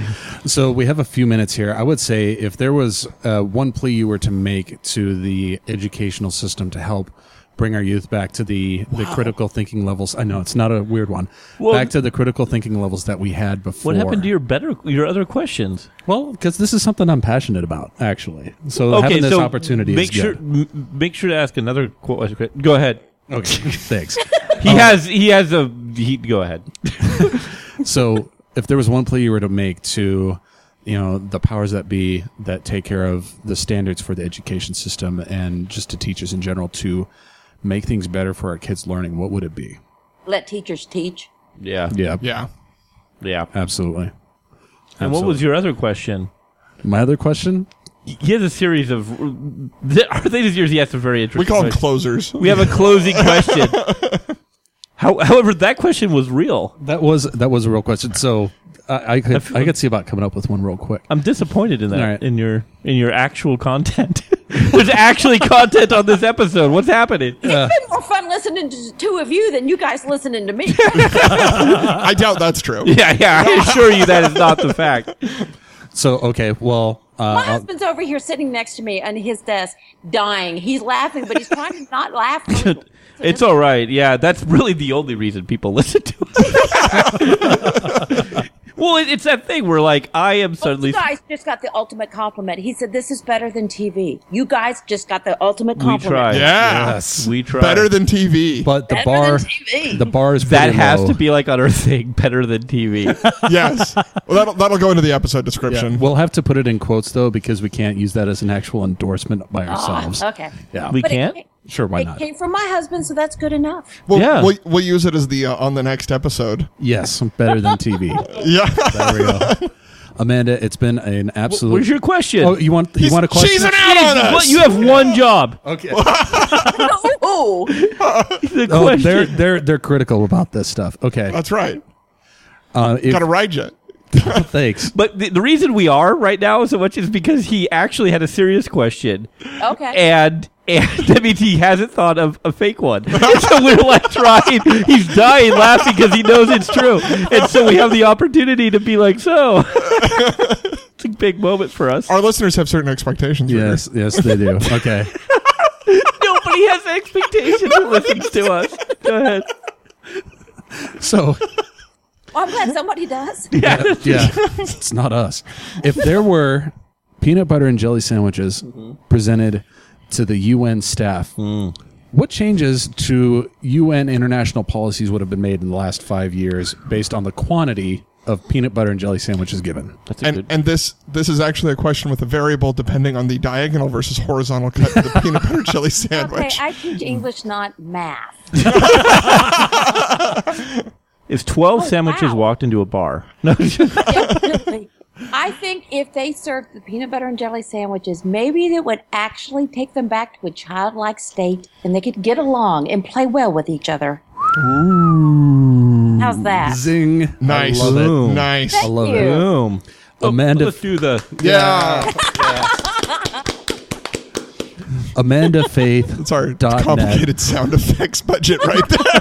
[SPEAKER 5] so we have a few minutes here. I would say if there was uh, one plea you were to make to the educational system to help bring our youth back to the, the critical thinking levels, I know it's not a weird one,
[SPEAKER 4] Well-
[SPEAKER 5] back to the critical thinking levels that we had before.
[SPEAKER 4] what happened to your better your other questions
[SPEAKER 5] Well, because this is something I'm passionate about, actually. So having this opportunity
[SPEAKER 4] make
[SPEAKER 5] is
[SPEAKER 4] sure
[SPEAKER 5] good.
[SPEAKER 4] m- make sure to ask another question go ahead
[SPEAKER 5] Okay, thanks.
[SPEAKER 4] He
[SPEAKER 5] Oh.
[SPEAKER 4] has he has a he go ahead.
[SPEAKER 5] So, if there was one plea you were to make to, you know, the powers that be that take care of the standards for the education system and just to teachers in general to make things better for our kids learning, what would it be?
[SPEAKER 6] Let teachers teach.
[SPEAKER 4] Yeah.
[SPEAKER 5] Yeah,
[SPEAKER 3] Yeah.
[SPEAKER 4] Yeah.
[SPEAKER 5] absolutely.
[SPEAKER 4] And what was your other question?
[SPEAKER 5] My other question?
[SPEAKER 4] He has a series of th- our latest years he has some very interesting
[SPEAKER 3] We call them
[SPEAKER 4] questions.
[SPEAKER 3] closers.
[SPEAKER 4] We have a closing question. How, however, that question was real.
[SPEAKER 5] That was that was a real question. So, I, I could I, could see about coming up with one real quick.
[SPEAKER 4] I'm disappointed in that
[SPEAKER 5] All right.
[SPEAKER 4] in your in your actual content. There's actually content on this episode. What's happening?
[SPEAKER 6] it's been more fun listening to the two of you than you guys listening to me.
[SPEAKER 3] I doubt that's true.
[SPEAKER 4] Yeah, yeah. I assure you that is not the fact.
[SPEAKER 5] So, okay, well,
[SPEAKER 6] My
[SPEAKER 5] uh,
[SPEAKER 6] husband's over here sitting next to me on his desk, dying. He's laughing, but he's trying to not laugh.
[SPEAKER 4] It's all right. Yeah, that's really the only reason people listen to us. well, it, it's that thing where like I am
[SPEAKER 6] you
[SPEAKER 4] suddenly
[SPEAKER 6] guys just got the ultimate compliment. He said, "This is better than TV." You guys just got the ultimate
[SPEAKER 4] we
[SPEAKER 6] compliment.
[SPEAKER 4] try.
[SPEAKER 3] Yeah.
[SPEAKER 5] Yes.
[SPEAKER 4] We try.
[SPEAKER 3] Better than TV.
[SPEAKER 5] but the
[SPEAKER 6] Better
[SPEAKER 5] bar
[SPEAKER 6] than TV.
[SPEAKER 5] the bar is
[SPEAKER 4] that
[SPEAKER 5] pretty
[SPEAKER 4] has
[SPEAKER 5] low.
[SPEAKER 4] to be like on our thing. Better than TV.
[SPEAKER 3] yes. Well, that'll, that'll go into the episode description.
[SPEAKER 5] Yeah, we'll have to put it in quotes though because we can't use that as an actual endorsement by ourselves.
[SPEAKER 6] Oh, Okay.
[SPEAKER 5] Yeah.
[SPEAKER 4] We
[SPEAKER 6] But it
[SPEAKER 4] can't.
[SPEAKER 6] came-
[SPEAKER 5] sure, why
[SPEAKER 6] It
[SPEAKER 5] not?
[SPEAKER 6] came from my husband, so that's good enough.
[SPEAKER 3] We'll,
[SPEAKER 4] Yeah.
[SPEAKER 3] we'll, we'll use it as the uh, on the next episode.
[SPEAKER 5] Yes, better than TV.
[SPEAKER 3] Yeah.
[SPEAKER 5] there we go. Amanda, it's been an absolute.
[SPEAKER 4] What was your question?
[SPEAKER 5] Oh, you want you want a question?
[SPEAKER 3] She's an out on us.
[SPEAKER 4] What- you have one job.
[SPEAKER 5] okay.
[SPEAKER 6] Oh,
[SPEAKER 4] The
[SPEAKER 5] Oh,
[SPEAKER 4] question.
[SPEAKER 5] they're they're they're critical about this stuff. Okay.
[SPEAKER 3] That's right.
[SPEAKER 5] Uh, if-
[SPEAKER 3] Got to ride you.
[SPEAKER 5] thanks.
[SPEAKER 4] but the, the reason we are right now so much is because he actually had a serious question,
[SPEAKER 6] okay.
[SPEAKER 4] and and that means he hasn't thought of a fake one. And so we're like trying. He's dying laughing because he knows it's true, and so we have the opportunity to be like, so. it's a big moment for us.
[SPEAKER 3] Our listeners have certain expectations. Ritter.
[SPEAKER 5] Yes, yes, they do. Okay.
[SPEAKER 4] Nobody has expectations that listens to us. Go ahead.
[SPEAKER 5] So
[SPEAKER 6] Well, I'm glad somebody does.
[SPEAKER 4] Yeah.
[SPEAKER 5] yeah, it's not us. If there were peanut butter and jelly sandwiches presented to the UN staff, what changes to UN international policies would have been made in the last five years based on the quantity of peanut butter and jelly sandwiches given?
[SPEAKER 3] And, and this this is actually a question with a variable depending on the diagonal versus horizontal cut of the peanut butter jelly
[SPEAKER 6] Okay,
[SPEAKER 3] sandwich.
[SPEAKER 6] I teach English, not math.
[SPEAKER 4] If 12
[SPEAKER 6] Oh,
[SPEAKER 4] sandwiches
[SPEAKER 6] wow.
[SPEAKER 4] walked into a bar. No,
[SPEAKER 6] Definitely. I think if they served the peanut butter and jelly sandwiches, maybe that would actually take them back to a childlike state and they could get along and play well with each other. How's that?
[SPEAKER 5] Zing!
[SPEAKER 3] nice,
[SPEAKER 5] I love it.
[SPEAKER 3] nice.
[SPEAKER 5] I love it.
[SPEAKER 6] You.
[SPEAKER 4] Boom.
[SPEAKER 5] Amanda,
[SPEAKER 4] Let's do the.
[SPEAKER 3] Yeah,
[SPEAKER 5] Amanda Faith.
[SPEAKER 3] it's our
[SPEAKER 5] Dot net.
[SPEAKER 3] complicated sound effects budget right there.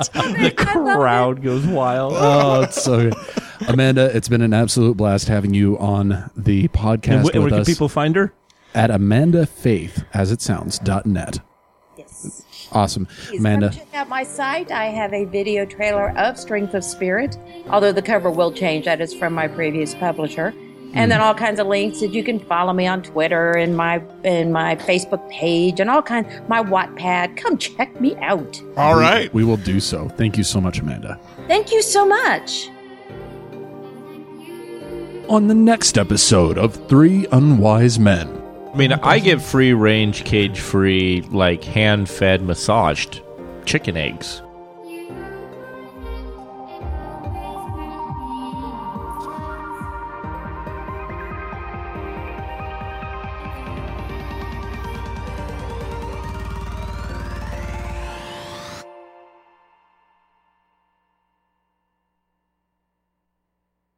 [SPEAKER 6] The
[SPEAKER 4] Crowd goes wild.
[SPEAKER 5] Oh, it's so good. Amanda, it's been an absolute blast having you on the podcast
[SPEAKER 4] and wh- and
[SPEAKER 5] with
[SPEAKER 4] where can
[SPEAKER 5] us
[SPEAKER 4] people find her?
[SPEAKER 5] at amandafaith, as it sounds, dot net.
[SPEAKER 6] Yes.
[SPEAKER 5] Awesome.
[SPEAKER 6] Please
[SPEAKER 5] Amanda.
[SPEAKER 6] come check out my site. I have a video trailer of Strength of Spirit, although the cover will change. That is from my previous publisher. And then all kinds of links that you can follow me on Twitter and my and my Facebook page and all kinds my Wattpad. Come check me out.
[SPEAKER 3] All right.
[SPEAKER 5] We will do so. Thank you so much, Amanda.
[SPEAKER 6] Thank you so much.
[SPEAKER 7] On the next episode of Three Unwise Men.
[SPEAKER 8] I mean, I get free range, cage free, like hand fed, massaged chicken eggs.